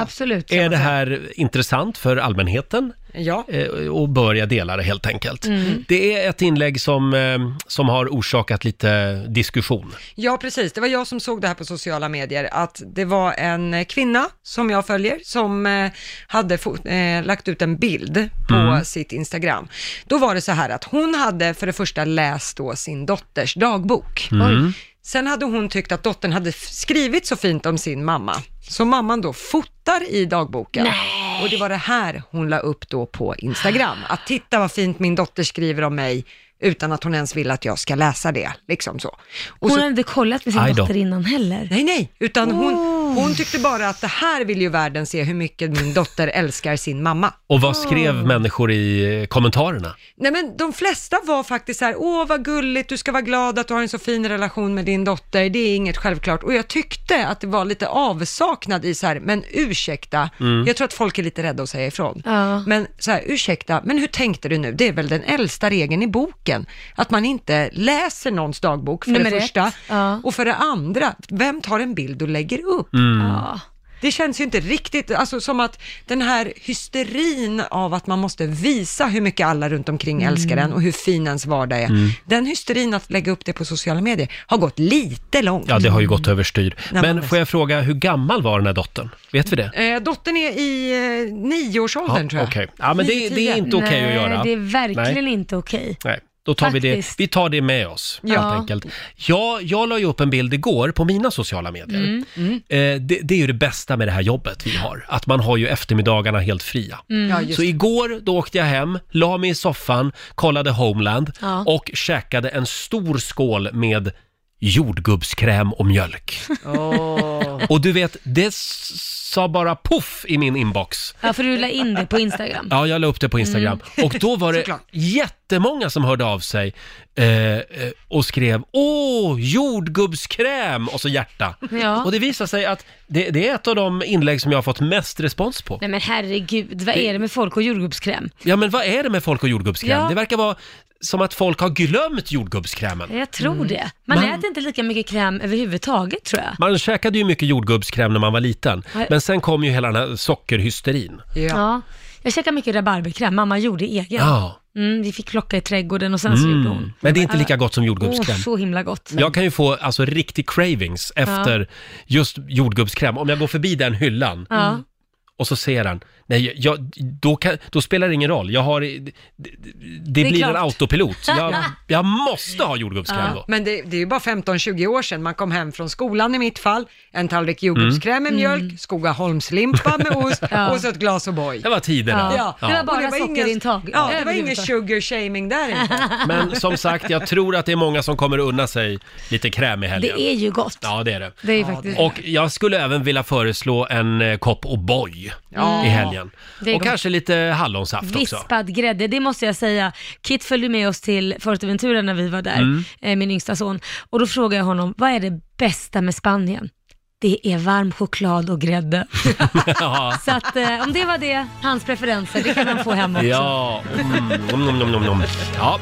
Absolut.
Är det här intressant för allmänheten?
Ja.
eh, och börja dela det helt enkelt.
Mm.
Det är ett inlägg som, eh, som har orsakat lite diskussion.
Ja, precis. Det var jag som såg det här på sociala medier, att det var en eh, kvinna som jag följer som eh, hade fo- eh, lagt ut en bild på
Mm.
sitt Instagram. Då var det så här att hon hade för det första läst då sin dotters dagbok.
Mm.
Sen hade hon tyckt att dottern hade f- skrivit så fint om sin mamma, så mamman då fotar i dagboken. Och det var det här hon la upp då på Instagram. Att titta vad fint min dotter skriver om mig utan att hon ens vill att jag ska läsa det. Liksom så. Och
Hon
så-
hade inte kollat med sin
Aj då.
dotter innan heller.
Nej, nej. Utan hon, hon tyckte bara att det här vill ju världen se, hur mycket min dotter älskar sin mamma.
Och vad skrev människor i eh, kommentarerna?
Nej men de flesta var faktiskt så här, åh vad gulligt, du ska vara glad att du har en så fin relation med din dotter, det är inget självklart. Och jag tyckte att det var lite avsaknad i så här, men ursäkta,
Mm.
jag tror att folk är lite rädda att säga ifrån. Men så här, ursäkta, men hur tänkte du nu? Det är väl den äldsta regeln i boken, att man inte läser någons dagbok för
Nummer
det
ett.
första. Och för det andra, vem tar en bild och lägger upp?
Mm. Ja.
Det känns ju inte riktigt, alltså som att den här hysterin av att man måste visa hur mycket alla runt omkring
Mm.
älskar en och hur fin ens vardag är.
Mm.
Den hysterin att lägga upp det på sociala medier har gått lite långt.
Ja, det har ju gått överstyr.
Nej,
Men
men-
får jag fråga, hur gammal var den här dottern? Vet vi det?
Eh, dottern är i eh, nioårsåldern
Ja,
tror jag.
okej. Ja, men det-
Nio,
det är
tio.
inte okej att Nej, göra.
Det är verkligen
Nej.
inte okej.
Nej, då tar vi det.
Faktiskt.
Vi tar det med oss,
Ja.
helt enkelt. Jag, jag la ju upp en bild igår på mina sociala medier.
Mm. Mm.
Eh, det, det är ju det bästa med det här jobbet vi har, att man har ju eftermiddagarna helt fria.
Mm. Ja, just
så
det.
igår då åkte jag hem, la mig i soffan, kollade Homeland
Ja.
och käkade en stor skål med jordgubbskräm och mjölk. Och du vet, det s- sa bara poff i min inbox.
Ja, för du la in det på Instagram.
Ja, jag la upp det på Instagram.
Mm.
Och då var det jättemånga som hörde av sig eh, eh, och skrev “Åh, jordgubbskräm!” och så hjärta.
Ja.
Och det visar sig att det, det är ett av de inlägg som jag har fått mest respons på.
Nej men herregud, vad är det med folk och jordgubbskräm?
Ja, men vad är det med folk och jordgubbskräm?
Ja.
Det verkar vara som att folk har glömt jordgubbskrämen.
Jag tror det. Man,
Mm. Man-
äter inte lika mycket kräm överhuvudtaget tror jag.
Man käkade ju mycket jordgubbskräm när man var liten,
Ja.
men sen kom ju hela den här sockerhysterin.
Jag käkar mycket rabarberkräm, mamma gjorde egen.
Ja.
Mm, vi fick plocka i trädgården och sen så
Mm.
gjorde hon.
Men det är inte lika gott som
Åh,
jordgubbskräm.
så himla gott.
Jag kan ju få alltså riktig cravings efter just jordgubbskräm. Om jag går förbi den hyllan
Ja.
och så ser den, nej, jag, då, kan, då spelar det ingen roll. Jag har, det, det,
Det är
blir en
klart.
autopilot. Jag,
Ja.
jag måste ha jordgubbskräm då.
Men det, det är ju bara 15-20 år sedan man kom hem från skolan i mitt fall, en tallrik jordgubbskräm med
Mm.
mjölk, Skogaholmslimpa med ost
Ja.
och så ett glas O'boy.
Det var tiderna.
Ja.
Ja.
Det var bara
Och ingen-
sockerintag.
Ja, det var ingen
Överhuvudtaget.
sugar shaming där inte.
Men som sagt, jag tror att det är många som kommer att unna sig lite kräm i helgen.
Det är ju gott.
Ja, det är det.
Det är ju faktiskt
Och jag skulle även vilja föreslå en eh, kopp O'boy
Ja.
i helgen.
Det är
Och
gott.
kanske lite hallonsaft också.
Vispad grädde, det måste jag säga. Kit följde med oss till Fuerteventura när vi var där,
Mm.
eh, min yngsta son. Och då frågade jag honom, vad är det bästa med Spanien? Det är varm choklad och grädde.
Ja.
Så att eh, om det var det, hans preferenser, det kan han få hem också.
Ja, mm, nom, nom, nom, nom, nom. ja.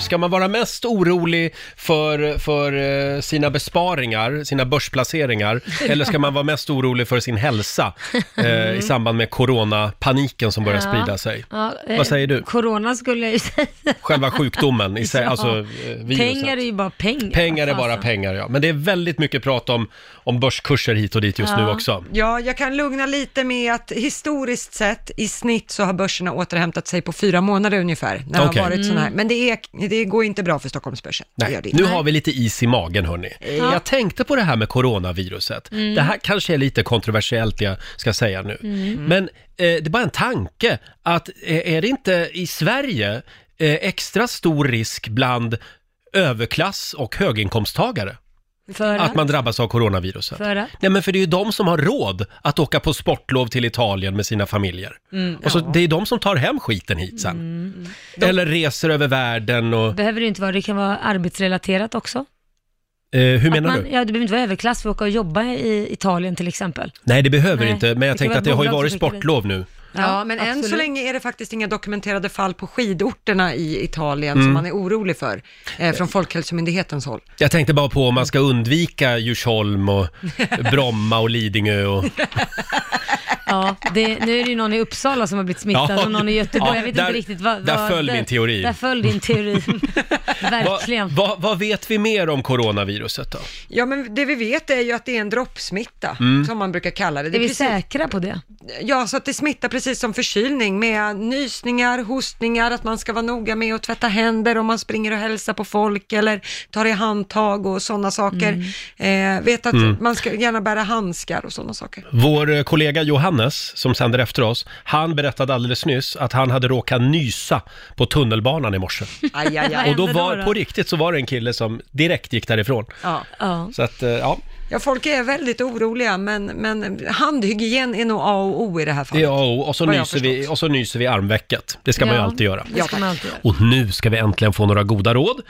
Ska man vara mest orolig för, för eh, sina besparingar, sina börsplaceringar, eller ska man vara mest orolig för sin hälsa eh, i samband med coronapaniken som börjar
Mm. Ja.
sprida sig?
Ja, eh,
Vad säger du?
Corona skulle jag ju säga.
Själva sjukdomen i sig,
Ja.
alltså eh, viruset.
Pengar är ju bara pengar. Alltså,
Pengar är
Fasen.
bara pengar, ja. Men det är väldigt mycket prat om, om börskurser hit och dit just nu också.
Ja, jag kan lugna lite med att historiskt sett i snitt så har börserna återhämtat sig på fyra månader ungefär. När det
Okej.
har varit sådana här.
Mm.
Men det, är, det går inte bra för Stockholmsbörsen. Det gör
Nej,
det inte.
nu har vi lite is i magen hörni.
Ja.
Jag tänkte på det här med coronaviruset.
Mm.
Det här kanske är lite kontroversiellt det jag ska säga nu.
Mm.
Men eh, det är bara en tanke att eh, är det inte i Sverige eh, extra stor risk bland överklass och höginkomsttagare?
För
Att man drabbas av coronaviruset.
För att?
Nej men för det är ju de som har råd att åka på sportlov till Italien med sina familjer.
Mm,
Och så
ja. Mm,
det är de som tar hem skiten hit sen. Eller reser över världen och...
Behöver det inte vara, det kan vara arbetsrelaterat också.
Eh, hur menar
att man,
du?
Ja, det behöver inte vara överklass för att åka och jobba i Italien till exempel.
Nej, det behöver
Nej,
inte, men jag
det
tänkte
kan
att det har ju
vara
varit
bolag som skickar
sportlov nu.
Ja, men än så
absolut.
länge är det faktiskt inga dokumenterade fall på skidorterna i Italien som
Mm.
man är orolig för eh, från Folkhälsomyndighetens håll.
Jag tänkte bara på om man ska undvika Djursholm och Bromma och Lidingö och...
Ja, det, nu är det ju någon i Uppsala som har blivit smittad
Ja,
och någon i Göteborg.
ja,
jag vet
där-
inte riktigt vad...
där
vad-
föll min teori.
Där föll din teori. Verkligen.
Vad vad vet vi mer om coronaviruset då?
Ja, men det vi vet är ju att det är en droppsmitta,
Mm.
som man brukar kalla det.
Är vi
säkra
på det?
Ja, så att det smittar precis som förkylning med nysningar, hostningar, att man ska vara noga med att tvätta händer om man springer och hälsar på folk eller tar i handtag och sådana saker. Eh, vet att
Mm.
man ska gärna bära handskar och sådana saker.
Vår eh, kollega Johannes, som sänder efter oss, han berättade alldeles nyss att han hade råkat nysa på tunnelbanan i morse.
Aj, aj, aj.
Och då var, på riktigt så var det en kille som direkt gick därifrån.
Ja.
Så att, eh, ja,
Ja, folk är väldigt oroliga, men, men handhygien är nog A och O i det här
det
fallet.
är A och O. och så,
Vad jag
nyser vi, och så nyser vi i armvecket. Det ska man ju
Ja,
alltid göra.
det ska man alltid göra.
Och nu ska vi äntligen få några goda råd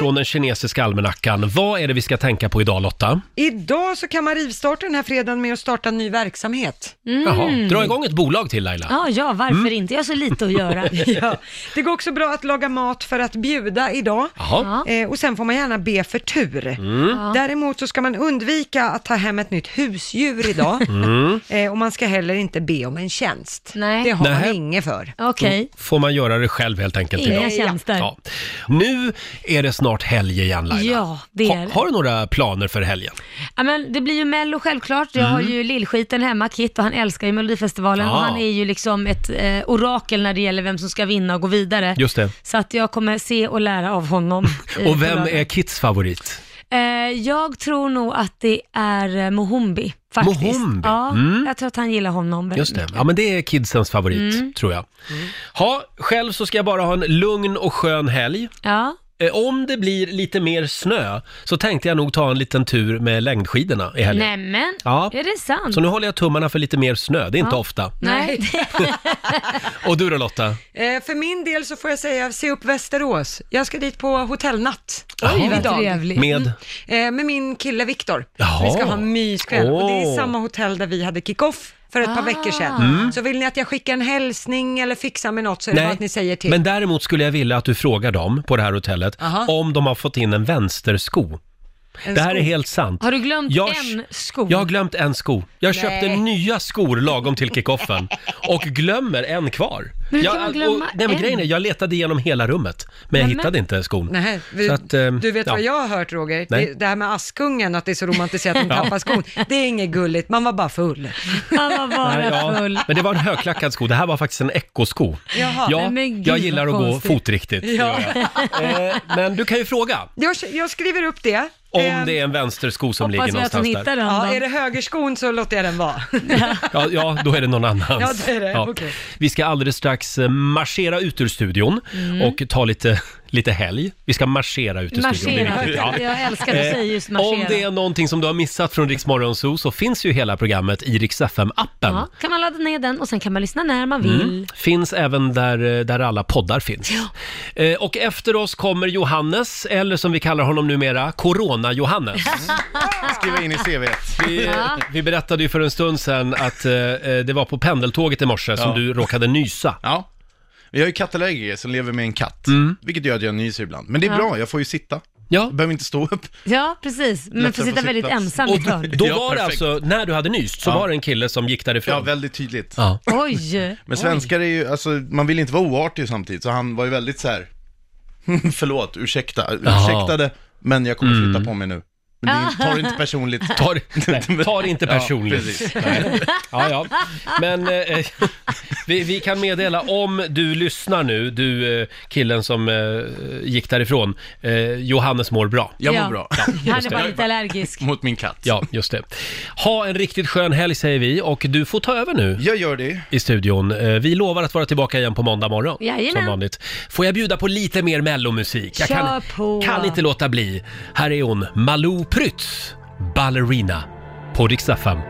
från den kinesiska almanackan. Vad är det vi ska tänka på idag Lotta?
Idag så kan man rivstarta den här fredagen med att starta en ny verksamhet.
Jaha, dra igång ett bolag till Laila.
Ja, ja, varför
Mm.
inte? Jag har så lite att göra.
ja. Det går också bra att laga mat för att bjuda idag.
Jaha.
Eh, och sen får man gärna be för tur.
Mm.
Ja.
Däremot så ska man undvika att ta hem ett nytt husdjur idag.
Mm.
Eh, och man ska heller inte be om en tjänst. Det har
Nähä.
man inget för.
Då Får man göra det själv Mm. helt enkelt
Inga
idag.
tjänster.
Ja. Nu är det snart helg igen Laila.
Ja, det är
ha,
det.
Har du några planer för helgen?
Ja, men det blir ju Mello självklart. Jag har
Mm.
ju lillskiten hemma, Kit, och han älskar ju Melodifestivalen.
Ja.
Och han är ju liksom ett eh, orakel när det gäller vem som ska vinna och gå vidare.
Just det.
Så att jag kommer se och lära av honom. eh, på
Och vem
lördag.
är Kits favorit?
Eh, jag tror nog att det är eh, Mohombi, faktiskt.
Mohombi?
Ja,
Mm.
jag tror att han gillar honom väldigt
Just det,
mycket.
ja men det är kidsens favorit
Mm.
tror jag. Ha, själv så ska jag bara ha en lugn och skön helg.
Ja.
Eh, Om det blir lite mer snö så tänkte jag nog ta en liten tur med längdskidorna i helgen.
Nämen,
Ja.
är det sant?
Så nu håller jag tummarna för lite mer snö, det är inte
Ja.
ofta.
Nej.
Och du då Lotta?
Eh, för min del så får jag säga, se upp Västerås. Jag ska dit på hotellnatt.
Oj, vad
idag.
trevligt. Med?
Mm. Eh, med min kille Viktor.
Jaha.
Vi ska ha myskväll. Och det är
Åh.
samma hotell där vi hade kick-off för ett par veckor sedan.
Mm.
Så vill ni att jag skickar en hälsning eller fixar med något så är det bara att ni säger till.
men däremot skulle jag vilja att du frågar dem på det här hotellet
Aha.
om de har fått in en vänstersko.
En
det här
sko.
är helt sant.
Har du glömt
Jag-
en sko?
Jag har glömt en sko. Jag
Nej.
köpte nya skor lagom till kickoffen och glömmer en kvar.
Men hur
jag,
kan man glömma
nej, men
en?
grejen är, jag letade igenom hela rummet, men jag
Nämen.
hittade inte skon.
Nej, vi,
Så att, eh,
du vet
ja.
vad jag har hört Roger?
Nej.
Det, det här med Askungen, att det är så romantiserat att de
Ja.
tappar skon. Det är inget gulligt, man var bara full.
Man var
Nej, ja, Men det var en högklackad sko. Det här var faktiskt en ekosko.
Jaha.
Ja,
Nej, men gud,
jag gillar att
vad
gå
konstigt.
fotriktigt. det gör jag. Eh, Men du kan ju fråga
Jag, jag skriver upp det.
om
Eh,
det är en vänstersko som ligger någonstans där.
Ja, är det högerskon så låter jag den vara.
Ja, ja, då är det någon annans.
Ja, det är det. Okej.
Vi ska alldeles strax eh, marschera ut ur studion
Mm.
och ta lite, lite helg. Vi ska marschera ut ur studion.
Marschera.
det är viktigt.
Jag älskar att du
Eh,
säger just marschera.
Om det är någonting som du har missat från Rix Morgon Zoo så finns ju hela programmet i Rix FM-appen.
Ja, kan man ladda ner den och sen kan man lyssna när man vill.
Mm. Finns även där, eh, där alla poddar finns. Eh, och efter oss kommer Johannes, eller som vi kallar honom numera, Corona-Johannes.
Skriva in i CV.
Vi,
Ja.
vi berättade ju för en stund sedan att eh, eh, det var på pendeltåget i morse som
Ja.
du råkade nysa.
Ja. Jag är ju kattallergiker som lever med en katt, vilket gör att jag nyser ibland. Men det är
Ja.
bra, jag får ju sitta.
Jag
behöver inte stå upp.
Ja, precis. Men
Lättare
får
att
sitta
få
väldigt
sittplats.
ensam i ett hörn.
Då var det alltså, när du hade nyst, så var det en kille som gick därifrån.
Ja, väldigt tydligt.
Ja.
Oj!
Men svenskar är ju, alltså man vill inte vara oartig samtidigt, så han var ju väldigt så här. förlåt, ursäkta,
Jaha. Mm.
ursäktade, men jag kommer flytta på mig nu. Men det är- Ta det inte personligt.
Ta, nej, ta det inte
Ja,
personligt.
precis.
Nej. ja, ja. Men eh, vi, vi kan meddela om du lyssnar nu, du eh, killen som eh, gick därifrån. Eh, Johannes mår bra.
Jag mår Ja. bra.
Han
just
är
det.
bara lite allergisk.
Mot min katt.
Ja, just det. Ha en riktigt skön helg säger vi och du får ta över nu.
Jag gör det.
I studion. Eh, Vi lovar att vara tillbaka igen på måndag morgon.
Jajamän.
Som vanligt. Får jag bjuda på lite mer mellomusik? Jag kan,
Kör på.
kan inte låta bli. Här är hon, Malou Prytz, Ballerina, på Rix FM.